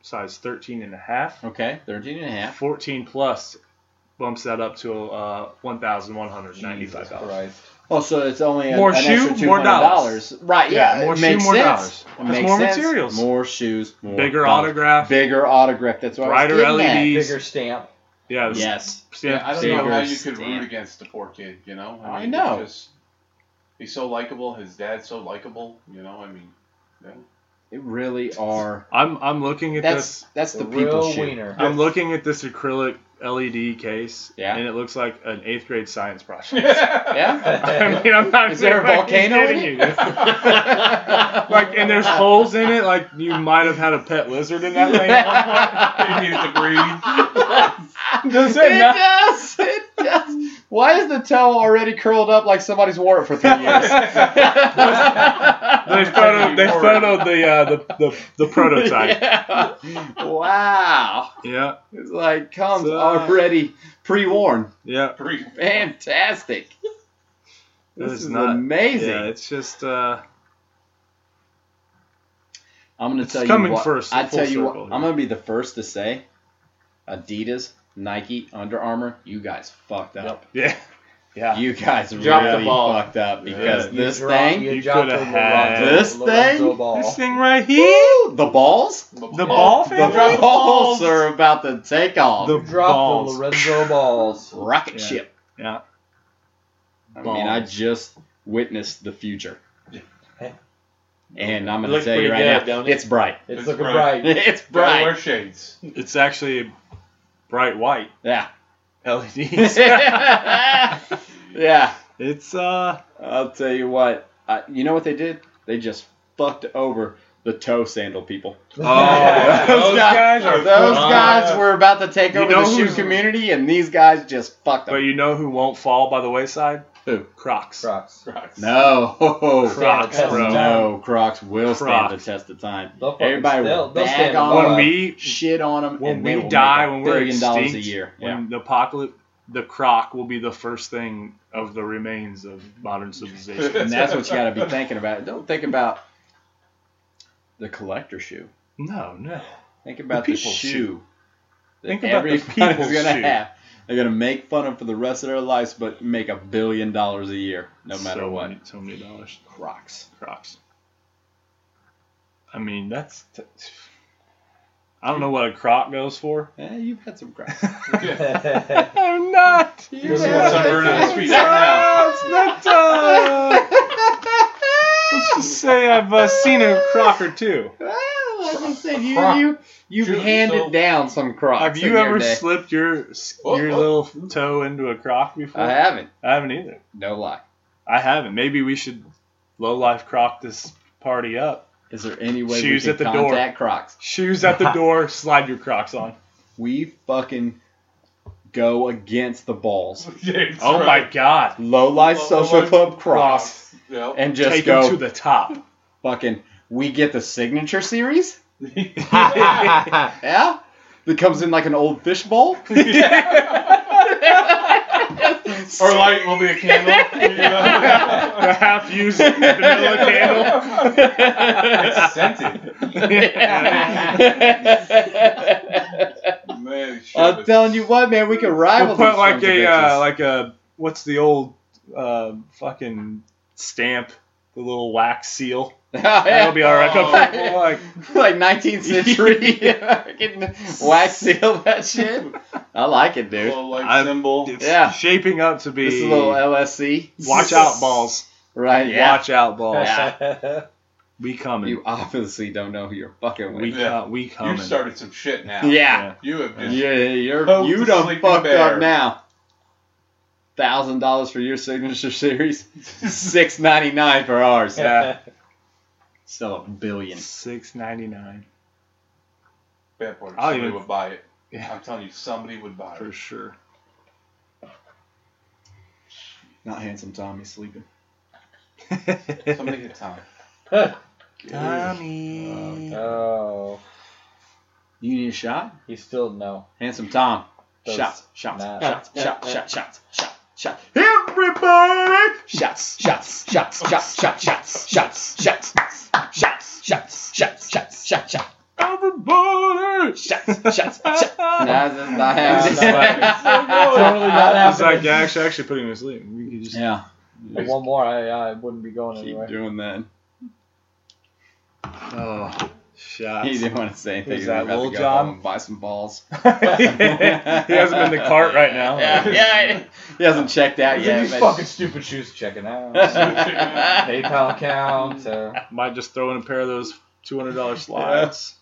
size 13 and a half.
Okay, thirteen and a half.
14 plus bumps that up to uh, $1,195.
Christ.
Oh, so it's only a,
More
an
shoe,
extra
more
$200.
dollars.
Right? Yeah,
Yeah, more
it
shoe,
makes
more
sense.
dollars.
It
That's
makes
more
sense.
materials.
more shoes, more
Bigger
dollars.
autograph.
bigger autograph. That's what
Brighter E
I was getting at.
LEDs.
Bigger stamp.
yeah, the
Yes.
stamp-
Yeah, I don't know
Sneakers.
how you could root
Damn.
against the poor kid. You know,
I
mean,
know.
Just, he's so likable. His dad's so likable. You know, I mean, yeah.
It really are.
I'm I'm looking at
That's
this.
that's the,
The
people
real
shoe.
wiener.
I'm looking at this acrylic LED case.
Yeah.
And it looks like an eighth grade science project.
Yeah.
I mean, I'm not
Is there a
fucking
volcano in it?
kidding you. Like, and there's holes in it. Like you might have had a pet lizard in that thing.
he needed to breathe.
Does
It
it not?
does. It does. Why is the toe already curled up like somebody's wore it for three years?
They photo they photoed the uh, the, the the prototype.
Yeah. Wow.
Yeah.
It's like comes
So- uh,
already pre-worn.
Yeah.
Breathe.
Fantastic. This
It's
is
not-
amazing.
Yeah. It's just uh.
I'm gonna
It's
tell
coming
you what,
first,
I
full
tell you what,
circle here.
I'm gonna be the first to say, Adidas, Nike, Under Armour, you guys fucked up.
Yeah. Yeah.
You guys
Dropped the
really
ball.
fucked up because
Yeah.
You
this
drop-
thing,
You
drop
coulda
the
had-
Lorenzo-
This
Lorenzo
thing?
Ball.
This thing right here.
the balls,
The ball
the
fan.
balls, are about to take off.
The
You drop
balls.
the Lorenzo balls.
rocket
Yeah.
ship.
Yeah.
I mean, I
Balls.
just witnessed the future. And I'm
It
gonna
looks
tell you
pretty
right
good,
now,
don't it?
it's bright.
It's
It's
looking
bright.
bright.
It's
Gotta wear
bright.
shades.
It's actually bright white E
Yeah.
LEDs.
yeah.
it's uh
I'll tell you what. I, you know what they did? They just fucked over the toe sandal people.
Oh. Those guys are-
those guys
Uh,
were about to take
you
over
know
the shoe
who's-
community, and these guys just fucked
but
them.
you know who won't fall by the wayside?
Who?
Crocs. Oh,
Crocs.
Crocs.
No,
Crocs, bro.
no, Crocs will stand the
Crocs.
test of time.
They'll fucking-
Everybody
they'll-
will
they'll
bag
stand
on
by.
When we
Shit on them.
when
and they
we
will make
die,
a
when we're
billion dollars a
extinct,
year.
when
Yeah.
the apocalypse the croc will be the first thing of the remains of modern civilization.
and that's what you got to be thinking about. Don't think about the collector shoe.
no, no.
Think about the,
The people's
shoe.
shoe.
that
Think about the
everybody's
people's
gonna
shoe.
have. They're gonna make fun of for the rest of their lives, but make a billion dollars a year, no matter
so
what.
Many, so many dollars.
Crocs.
Crocs. I mean, that's. I I don't know what a croc goes for.
Eh, you've had some Crocs.
I'm not.
You've
Listen,
had
what's up,
some
Bruno?
Crocs.
This
week, now.
it's not time. Let's just say I've uh, seen a croc or two.
Well, like I said, you,
Croc.
you, you've
Shoe,
handed
so-
down some Crocs.
Have
in
you
your
ever
day.
slipped your
Oh,
your
oh.
little toe into a croc before?
I haven't.
I haven't either.
No lie.
I haven't. Maybe we should low life croc this party up.
Is there any way
Shoes
we
at the
can
door.
contact Crocs?
Shoes at the door. slide your crocs on.
We fucking go against the balls.
James
Oh
Brown.
my god.
Low life
Low
social
life
club Crocs,
Yep.
and just
Take
go
them to the top.
fucking. We get the signature series.
Yeah.
Yeah? That comes in like an old fish bowl?
Our light will be a candle. you know?
the half used vanilla candle.
it's scented. Man, shit,
I'm
it's-
telling you what, man, we could rival
We'll
these
put like
sons of
a
bitches.
uh, like a what's the old uh, fucking stamp the little wax seal.
That'll
That'll be all right.
Oh.
People are like,
like 19th century fucking wax seal that shit. I like it, dude.
Little light
I-
symbol.
it's
Yeah.
shaping up to
This is
be
a little LSC.
watch out balls.
Right, yeah.
Watch out balls.
Yeah.
We coming.
You obviously don't know who you're fucking
we
with.
Yeah.
co- we coming.
You've started some shit now.
Yeah.
You have just.
Yeah, you're,
Poke
you
the
done
sleeping
fucked
bear.
up now. Thousand dollars for your signature series, six ninety nine for ours.
Yeah.
Still a billion.
Six ninety nine
Bad boy.
I'll
Somebody
even-
would buy it.
Yeah.
I'm telling you, somebody would buy
for
it.
sure.
Not handsome Tommy sleeping.
Somebody get time.
Tommy.
oh,
You need a shot?
he still no.
Handsome Tom.
Those-
Shots, shots,
nah.
shots, shots, shots, shots, shots, shots. Everybody! Shots, shots, shots, shots, shots, shots, shots, shots, shots, shots, shots, shots, shots, shots.
Everybody.
Shots, shots, shots. Nah, that's not happening.
Nah, that's Totally not
It's like
happening.
yeah, actually, actually put him to sleep. We could just
Yeah,
One more, I, I wouldn't be going
keep
anywhere.
doing that.
oh shots.
He didn't want to say anything.
Who's
He was
that,
about to
Lil
go
Jon?
home and buy some balls.
he hasn't been in the cart right now.
Yeah, yeah. He hasn't checked out
He's
yet.
like, these
but-
fucking stupid shoes checking out. PayPal account. Uh,
Might just throw in a pair of those two hundred dollar slides.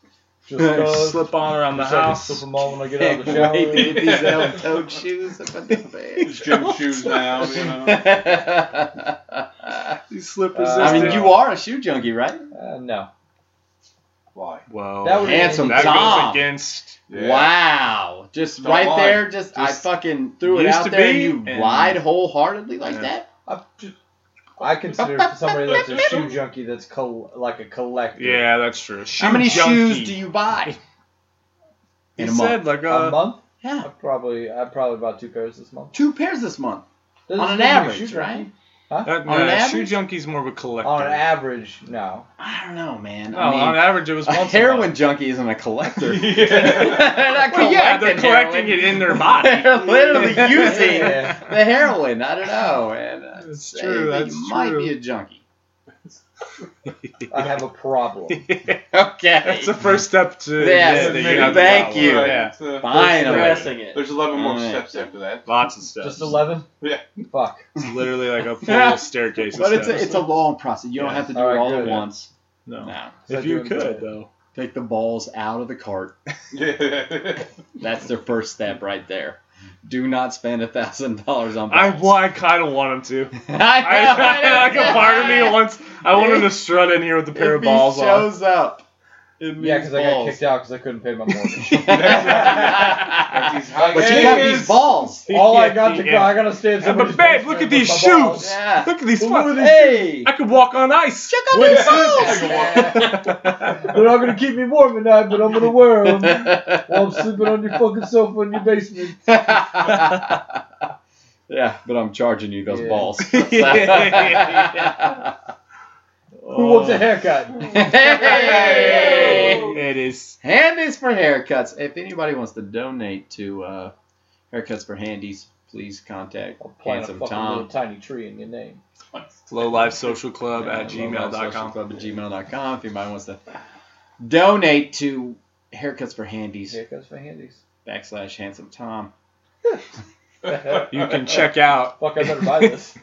just goes.
Slip on around the
Just like
house.
Slip them on when I get
Can't
out of the shower.
wait to get these elf toed shoes up in the bed.
It's gym shoes now, you know.
I
These slippers.
Uh,
mean, you are a shoe junkie, right?
Uh, no.
Why?
Well,
That would-
Handsome
that
Tom.
goes against.
Yeah.
Wow. Just
Don't
right
lie.
there, just, I
Just
fucking threw it
used
out
to
there
be,
and you
and-
lied wholeheartedly like
Yeah.
that?
I, I consider somebody that's a shoe junkie that's col- like a collector.
Yeah, that's true.
How many
Shoe junkie.
shoes do you buy?
He
in a month?
said like
A
uh,
month?
Yeah.
I probably I probably bought two pairs this month.
Two pairs this month.
Doesn't
on an
make me a shoe
average,
junkie.
right?
that-
on an
no,
average?
shoe junkie's more of a collector.
On average, no.
I don't know, man.
no,
I mean,
on average it
a
was once a
heroin
month.
junkie isn't a collector.
Yeah.
They're not
Well, yeah, they're
collecting
collecting
heroin.
it in their body.
They're literally
Yeah.
using
Yeah.
the heroin. I don't know, man. I'd
That's
say
true,
that
that's
you might
true.
be a junkie.
I have a problem.
Okay.
That's the first step to
Yes,
admit that
thank
you have
you. Mm.
Right,
a problem. Yeah,
it's, uh,
Finally.
Addressing it.
There's 11 more
Alright.
steps after that.
lots of steps.
Just eleven?
Yeah.
Fuck.
It's literally like a
Yeah.
full staircase. of
But it's a,
steps.
it's a long process. You don't
Yeah. Oh,
have to do
All right,
it all
good,
at
yeah.
once.
no.
No.
If you could though,
Take the balls out of the cart.
Yeah.
That's their first step right there. Do not spend a thousand dollars on
I
balls.
well, I kind of want him to.
I, know, I know.
I, like a part of me wants. I want him to strut in here with a pair
if
of balls
he
on.
shows up. It
Yeah, because I got
means
kicked out because I couldn't pay my mortgage.
balls.
These high
But you
heels.
got these balls.
All I
Yeah,
got to
he-
go, I gotta stay in
Yeah,
somebody's
but babe, look at
basement
these
with my balls.
shoes.
Yeah.
Look at these.
Well,
fucking-
look at
Hey.
I could walk on ice.
Check out
Wait,
these
as soon as-
balls.
They're not gonna keep me warm at night, but I'm gonna wear them while I'm sleeping on your fucking sofa in your basement.
yeah, but I'm charging you those
Yeah.
balls.
Yeah.
Who wants
Oh.
a haircut?
hey!
It is.
Handies for haircuts. If anybody wants to donate to uh, Haircuts for Handies, please contact
I'll plant a
Handsome
fucking little
Tom.
tiny tree in your name.
Lowlifesocialclub at
Social
gmail.com.
Club at gmail.com. If anybody wants to donate to Haircuts for Handies,
Haircuts for handies.
backslash Handsome Tom.
You can check out.
Fuck, I better buy this.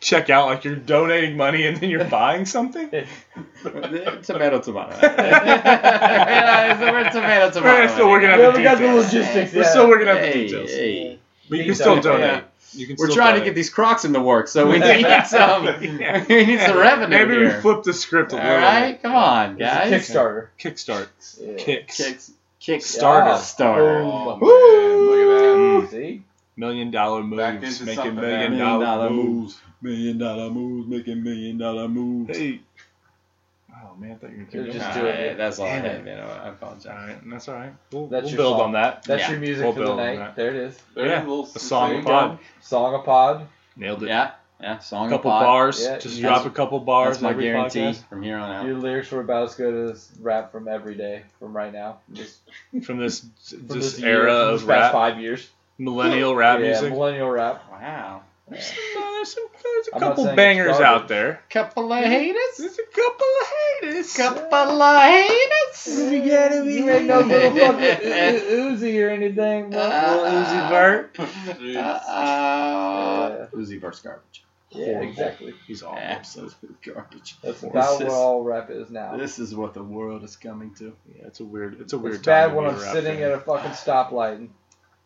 check out like you're donating money and then you're buying something.
tomato, tomato. yeah, so we're tomato, tomato.
We're still working
we
out the
haven't got the
details.
logistics
We're
yet.
still working out the
Hey,
details.
hey.
But you can
These
still
are-
donate. You can
We're
still
trying to get
donate.
these Crocs into work, so we need some.
Yeah.
We need some revenue
Maybe
here.
we flip the script a
All
little.
right, come on,
It's a
guys.
Kickstarter.
Kickstart.
Yeah.
Kicks.
Kicks, kick
Yeah.
starter, starter.
Oh, man,
Woo!
Mm.
look at that.
See?
Million dollar
Back
moves.
into
Making
something
million
now. Million
dollar,
dollar
moves.
Million dollar moves, making million dollar moves.
Hey. Oh man, I thought you were
They're
gonna
just
All
do it.
right, That's all I
Damn
had,
it.
man. I
All
apologize.
right, that's all right. We'll,
That's
we'll
your
build
song.
on that.
That's
Yeah.
your music
We'll
for the
build on
night.
that.
There it is.
There's a
Yeah,
little
a song
thing.
of pod.
Song of Pod.
Nailed it.
Yeah, yeah. Song and
couple
pod.
bars.
Yeah,
just
that's-
drop a couple bars.
That's my
every
guarantee
podcast.
from here on out.
Your lyrics were about as good as rap from every day, from right now. Just
from this
from
this
year,
era
from
of
these past
rap,
five years.
millennial rap
yeah,
music.
millennial rap.
Wow.
There's some, uh, there's some, there's a
I'm not saying
couple
it's
bangers
garbage.
out there.
Couple of haters.
There's a couple of haters.
Couple of haters.
You gotta be like no little fucking Uzi or anything. bro.
Uh,
Little Uzi Vert.
Uh, uh, Uzi versus garbage.
yeah, exactly.
He's awful.
Absolute garbage.
That's
Horses.
about where all rap is now.
This is what the world is coming to.
Yeah, it's a weird. It's a weird.
It's bad
time
when
to
I'm
be a rap
sitting
fan.
at a fucking stoplight and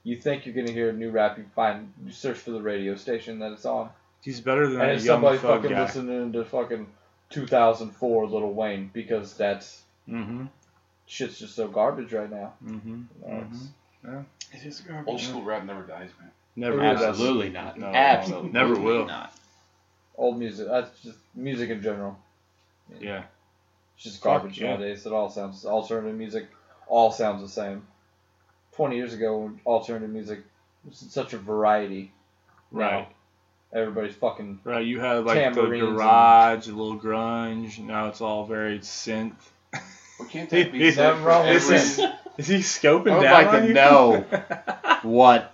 you think you're gonna hear a new rap. You find you search for the radio station that it's on,
He's better than
and
that
it's
young
somebody
thug
fucking
guy.
listening to fucking 2004 Little Wayne because that's
Mm-hmm.
shit's just so garbage right now.
Mm-hmm.
You know, it's-
It is
Old
garbage.
school rap never dies, man.
Never.
It is.
will.
Absolutely not.
No,
Absolutely
never will.
Not.
Old music. That's just music in general.
Yeah.
It's just
Fuck,
garbage
yeah.
nowadays. It all sounds alternative music. All sounds the same. Twenty years ago, when alternative music was such a variety. Now,
Right.
everybody's fucking
Right. You had like the
Tambourines and-
garage, a little grunge. Now it's all very synth.
Well, can't that be
He's
said
never
for
wrong.
every-
This is- Is he scoping
I would
down
like
on
to
you?
know What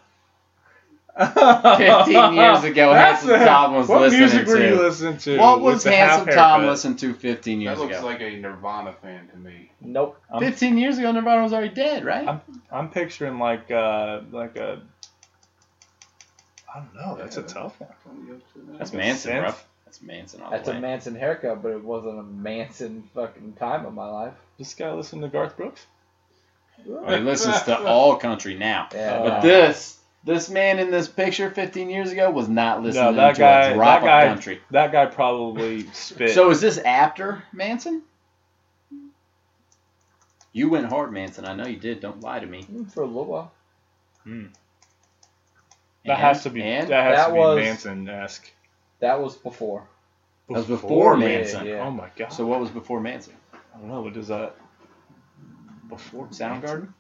15
Fifteen
years ago Handsome Tom was
what
listening
music were
to?
you listening to?
what
with
was
the
Handsome
half
Tom
haircut?
listened to 15
That
years
looks
ago?
like a Nirvana fan to me.
nope.
I'm-
15 years ago, Nirvana was already dead, right?
I'm- I'm picturing like uh like a. I don't know. That's a tough one.
That's
like a
Manson,
synth.
bro. That's Manson all
That's
the
a
way.
Manson haircut, but it wasn't a Manson fucking time of my life.
This guy listened to Garth Brooks.
Oh, he listens to all country now.
Yeah.
But this this man in this picture 15 years ago was not listening
No, that
to
guy.
a drop
That guy.
of country.
That guy probably spit.
So is this after Manson? You went hard, Manson. I know you did. Don't lie to me.
Mm, For a little while.
that has to be.
And
that has
That
to be
was-
Manson-esque.
That was before.
That was before Manson.
Yeah, yeah.
Oh my god.
so, what was before Manson?
I don't know. What is that?
Before Soundgarden?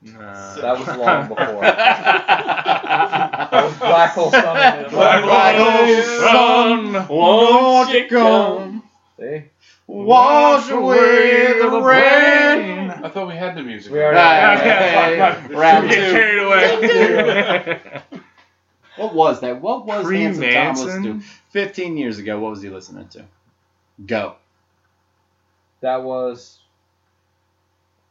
Nah.
That was long before.
Black
That was Black Hole Sun. and it was-
Black
hole
sun,
sun,
Won't you
come
come
See?
wash away the rain?
I thought we had the music.
We already-
Right,
Okay,
right,
fuck,
right. round
Get
two.
carried away.
What was that? What was
Pre
Handsome Tom listening
Manson?
to? Fifteen years ago, what was he listening to? Go.
That was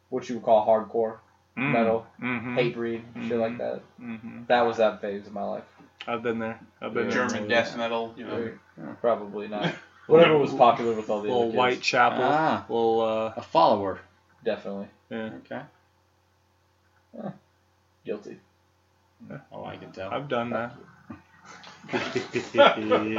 what you would call hardcore,
Mm.
metal,
Mm-hmm.
hate breed, shit like that.
hmm
That was that phase of my life.
I've been there. I've been there.
German death metal, you know.
Probably not. Whatever was popular with all the other
Little
kids.
White Chapel.
Ah,
Little uh.
a follower.
Definitely.
Yeah.
Okay.
Guilty.
Oh, I can tell.
I've done that.
You don't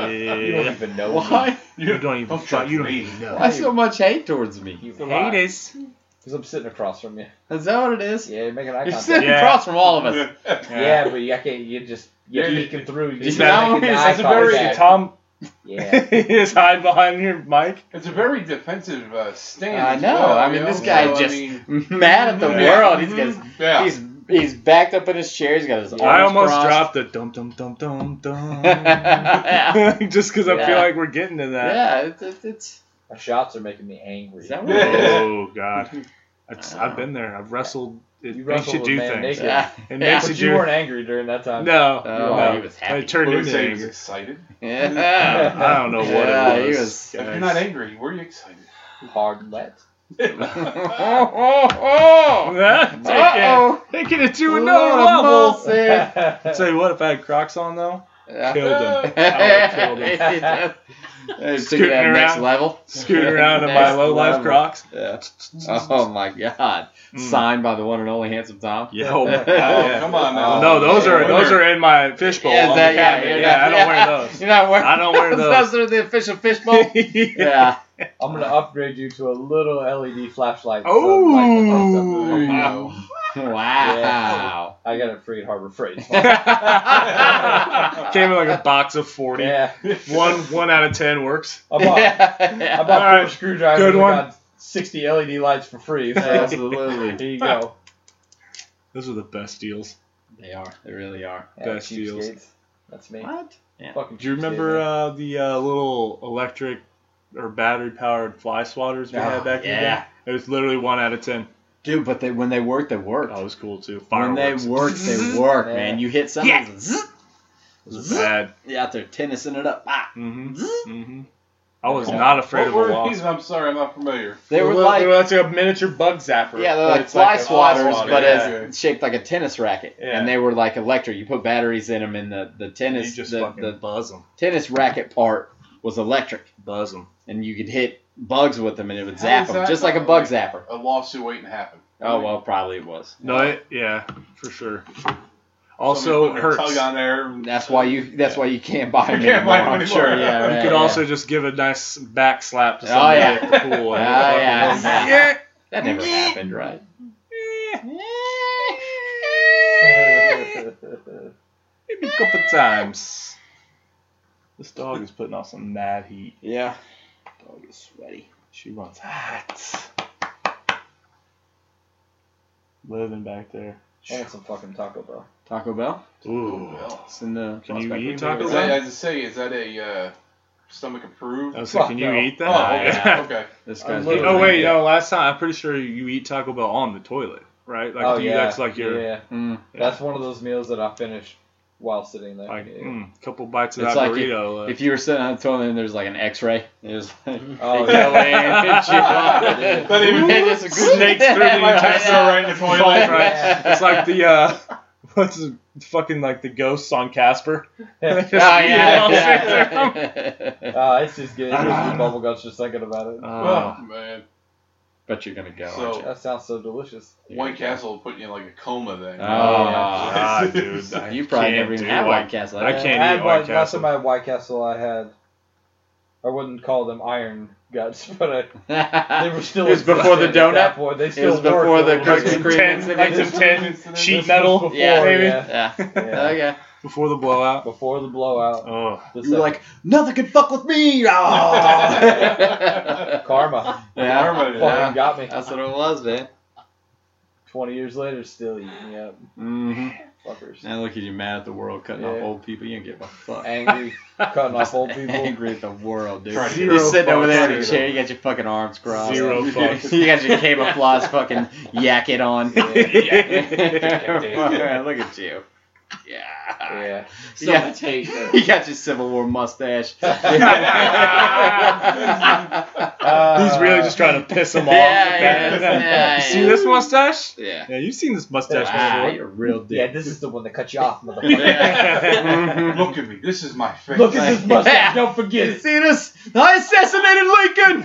even know.
Why?
You don't even.
Don't
fuck-
judge
You don't
me.
even know.
Why so much hate towards me?
You hate
Haters.
Because I'm sitting across from you.
Is that what it is?
Yeah, you're making eye
You're
contact.
sitting
Yeah.
across from all of us.
Yeah, but you, I can't. You just you're
Yeah,
peeking through. You
He's
just
not-
making
he's-
eye
it's a
contact.
very-
Tom
Yeah.
is hide behind your mic.
It's a very defensive uh, stand.
I
as
know.
well,
I
you
mean,
know?
this guy
So, I
just
mean,
mad at the
Yeah.
world. He's got
yeah.
his, he's he's backed up in his chair. He's got his arms
I almost
crossed.
dropped the dum dum dum dum dum. Just because I feel
Yeah.
like we're getting to that.
Yeah, it's, it's, it's
My shots are making me angry.
is that what it is?
Oh God, It's- I've been there. I've wrestled. It
You
makes
wrestled
you
with
do
man
things.
naked.
Yeah.
It
But
makes
you
you do.
weren't angry during that time.
No,
Oh,
no.
he was happy.
It turned
What would you
into
say he was
anger.
excited.
Yeah.
I don't know what
yeah,
it was.
He was
If you're not angry, were you excited?
Hard let.
oh, oh, oh.
Taking-
Uh-oh.
Taking it to
Lord
another
of
level.
mercy. Yeah.
I'll tell you what, if I had Crocs on though,
Yeah.
killed them.
Yeah.
I
Took
would've
it
killed them.
to that
Scooting
next
around.
level.
Scooting around in my
Next
low life
level.
Crocs.
Yeah. Oh my God!
Mm.
Signed by the one and only handsome Tom.
Yeah, oh my
Oh,
Oh,
God.
come on now.
no, those
Yeah,
are
we're
those
there.
are in my fishbowl.
Is
on
that-
the
yeah,
cabinet.
you're
yeah,
not-
I don't
yeah.
wear those.
You're not wearing.
I don't wear those.
those are the official fishbowl. yeah.
I'm gonna upgrade you to a little LED flashlight. so light the place up. Oh,
There you
Oh.
go.
Wow.
I got it free at Harbor Freight.
Came in like a box of forty.
yeah.
One one out of ten works.
I bought, I bought
All right.
four screwdrivers.
Good
and
one.
Got Sixty LED lights for free. So
Absolutely.
there you go.
Those are the best deals.
They are. They really are.
Yeah,
Best deals.
cheapskates. That's me.
What? Yeah.
Fucking
Do you remember
cheapskate,
uh, the uh, little electric or battery powered fly swatters we had
Oh,
back in the
yeah.
day? It was literally one out of ten.
Dude, but they when they work, they work.
That was cool too.
when
Fireworks.
they work, they work,
Yeah.
man. You hit something.
Yeah.
zzz.
was bad.
Yeah, out there tennising it up. Ah.
hmm
Zzz.
hmm I was not afraid
What
of a
were these?
wasp.
I'm sorry, I'm not familiar.
They were
Well,
like,
well, it's a miniature bug zapper.
yeah, they're
but
like
it's
fly
a-
swatters,
swatter,
but
yeah.
it's shaped like a tennis racket.
Yeah.
And they were like electric. You put batteries in them, and the, the
You
tennis
just
the,
fucking
the
buzz them,
tennis racket part was electric,
buzz them.
and you could hit bugs with them, and it would
How
zap
is
them,
that
just like a
not
bug
like-
zapper.
A lawsuit waiting to happen.
Oh well, probably it was.
No, it, yeah, for sure. Also
Somebody put a
hurts.
Tug on there. and-
That's why you. That's why you can't buy them
You can't
anymore.
buy them
I'm sure.
anymore.
Yeah,
You
right,
You could
yeah.
also just give a nice back slap to
Oh,
somebody
yeah.
at the pool.
Oh,
and
yeah.
fucking-
that never happened, right?
Maybe a couple times. This dog is putting off some mad heat.
Yeah. Dog is sweaty.
She runs hot. Living back there.
I want some fucking Taco Bell.
Taco Bell.
Ooh.
It's in the.
Can you
prospect.
eat Taco
Is that,
Bell?
as I say, is that a uh, stomach approved?
I
Oh,
was like, can you
Fuck no.
eat that?
okay. okay.
This
I'm
guy's.
literally-
oh wait, no. Last time, I'm pretty sure you eat Taco Bell on the toilet, right? Like,
oh,
do you,
yeah.
that's like your
Yeah, yeah.
Mm.
That's one of those meals that I finish while sitting there.
like
Yeah.
mm, couple bites of
It's
that
like
burrito. uh,
If you were sitting on the toilet and there's like an X-ray, it was like
Mm.
Oh,
they go
yeah.
in and chew on it.
Not even-
It just
Snakes through the
Right
intestine
now.
right in the toilet.
Right,
Yeah.
right. It's like the uh, what's the- fucking like the ghosts on Casper.
Oh, yeah, yeah.
Uh, it's just good. It gives me bubble guts just thinking about it.
Oh, man.
But you're gonna go.
So-
aren't you?
That sounds so delicious.
White Castle will put you in like a coma then.
Oh,
Uh, God, dude. I
you probably
can't
never even
do
had
White-
White Castle.
I
have
can't
you?
I
eat
had one-
White
Last
Castle.
time I had White Castle, I had. I wouldn't call them iron guts, but I, they were still.
It was before the
existed at that
donut?
point. They still
before
worked.
the
It was
Krispy
before-
Kreme
Ten-
incident.
like some
This
ten
was- this
sheet
was-
metal.
Before,
Yeah.
Maybe.
yeah.
Yeah.
Okay.
before the blowout.
Before the blowout.
Oh,
The
You're
second-
like nothing can fuck with me. Ah.
karma.
yeah.
Karma,
Fucking
yeah.
got me.
That's what it was, man.
Twenty years later, still eating me up,
Mm-hmm.
fuckers.
Now look at you, mad at the world, cutting off
Yeah.
old people. You don't give a fuck.
Angry, cutting off old people.
Angry at the world, dude.
Try
You're
to-
sitting over there in a
fucks.
chair. You got your fucking arms crossed.
Zero fucks.
you got your camouflage fucking jacket on.
Yeah.
Look at you. Yeah.
Yeah.
So
Yeah.
much hate there.
You got your Civil War mustache.
he's
Uh,
really just trying to piss him off.
Yeah, yeah, yeah,
You see
yeah.
this mustache?
yeah.
Yeah, you've seen this mustache
Wow,
before.
you're a real
Yeah,
dick.
this is the one that cut you off, motherfucker.
Yeah.
Look at me. This is my face.
Look at this mustache. Don't forget
You
it.
see this? I assassinated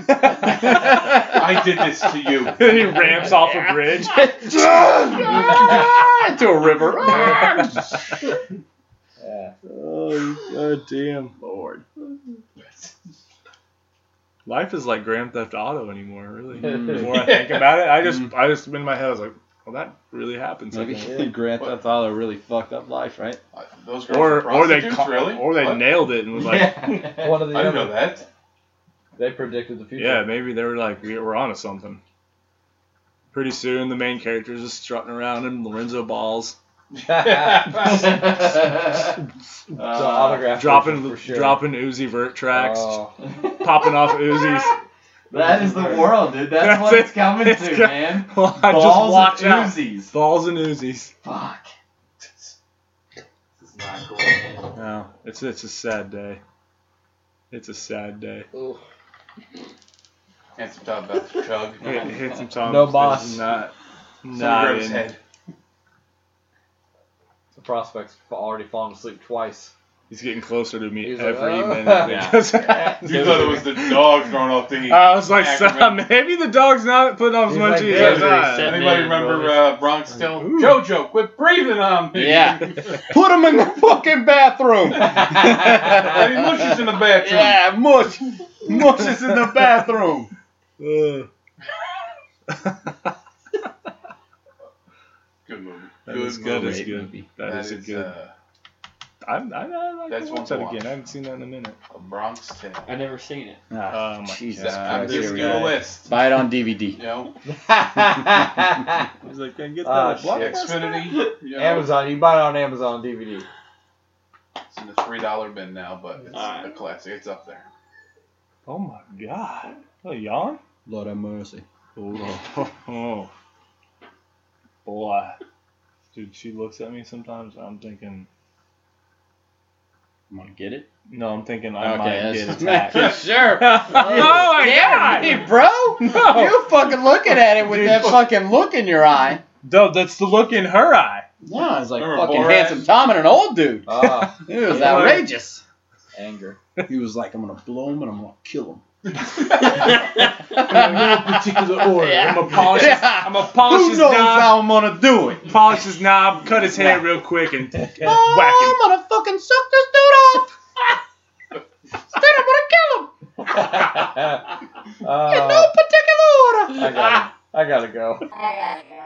I did this to you.
he ramps off a bridge.
Lincoln! Ah, Into a river. Ah.
Yeah.
Oh, God damn.
Lord.
Life is like Grand Theft Auto anymore, really.
Mm.
The more I think about it, I just, I just in my head, I was like, well, that really happens. I
Maybe
think.
Grand Theft Auto really fucked up life, right?
Uh, Those girls
Or,
are
or they,
prostitutes,
ca-
really?
or they
What?
nailed it and was like, yeah,
One of the
I didn't know
other-
that.
They predicted the future.
maybe they were like, we- we're onto something. Pretty soon, the main characters is strutting around in Lorenzo balls,
Uh,
It's an autograph version
dropping,
for sure.
dropping Uzi Vert tracks,
Oh,
popping off Uzis.
that is the world, dude. That's,
That's
what
it.
it's coming
It's
to,
co-
man.
Well, I
Balls
just watch
and
out.
Uzis.
Balls and Uzis.
Fuck.
This is not cool. man.
No, Oh, it's it's a sad day. It's a sad day.
Ooh.
Handsome Todd about to chug.
Hit, hit some Tom.
No
this
boss.
is Not,
Some
not
gross
in.
head.
the prospect's already fallen asleep twice.
He's getting closer to me
He's like,
every
"Oh."
minute. because-
You thought it was the dog thrown off the heat.
I was like, so,
Ackerman.
maybe the dog's not putting off as
He's
much
like
heat
this,
as
and he
I.
said-
Anybody
Man,
remember
boys.
uh, Bronx Tale?
Ooh.
JoJo, quit breathing on me.
Yeah. Put him in the fucking bathroom.
I mean, Mushy's in the bathroom.
yeah, mush. Mush is in the bathroom.
Ugh.
Good movie.
That is good.
movie.
That's
Great
good.
movie.
that is, a good.
uh,
I'm, I, I like
that's
to
one
watch
to
that
watch.
again. I haven't seen that in a minute.
a Bronx Tale. uh,
I never seen it.
Oh my
Jesus
god.
I'm
Christ,
just
here we
gonna
go.
list.
Buy it on DVD.
You know,
He's like, can I get that?
Ah,
at
shit.
the
Blockbuster?"
Xfinity. You know,
Amazon, you buy it on Amazon DVD.
It's in the three dollar bin now, but it's
Alright.
a classic. It's up there.
Oh my god. Oh, yawn?
Lord have mercy.
Oh, oh. boy. Dude, she looks at me sometimes. I'm thinking,
I'm gonna get it.
No, I'm thinking I
Okay,
might
that's-
get attacked. oh
sure.
my
Yeah,
god!
me, bro.
No.
You fucking looking at it with
Dude,
that
look.
fucking look in your eye.
No, that's the look in her eye.
Yeah, it's like
Remember
fucking
Borat?
handsome Tom and an old dude.
Ah,
It was
Yeah.
outrageous.
anger.
He was like, I'm gonna blow him and I'm gonna kill him.
particular order.
Yeah.
I'm gonna polish his, I'm gonna polish
Who
his
knows
knob,
how I'm gonna do it?
polish his knob, cut his head real quick, and whack
I'm gonna fucking suck this dude off. Instead, I'm gonna kill him
Ah, Uh,
in no particular order.
I got it. I gotta go.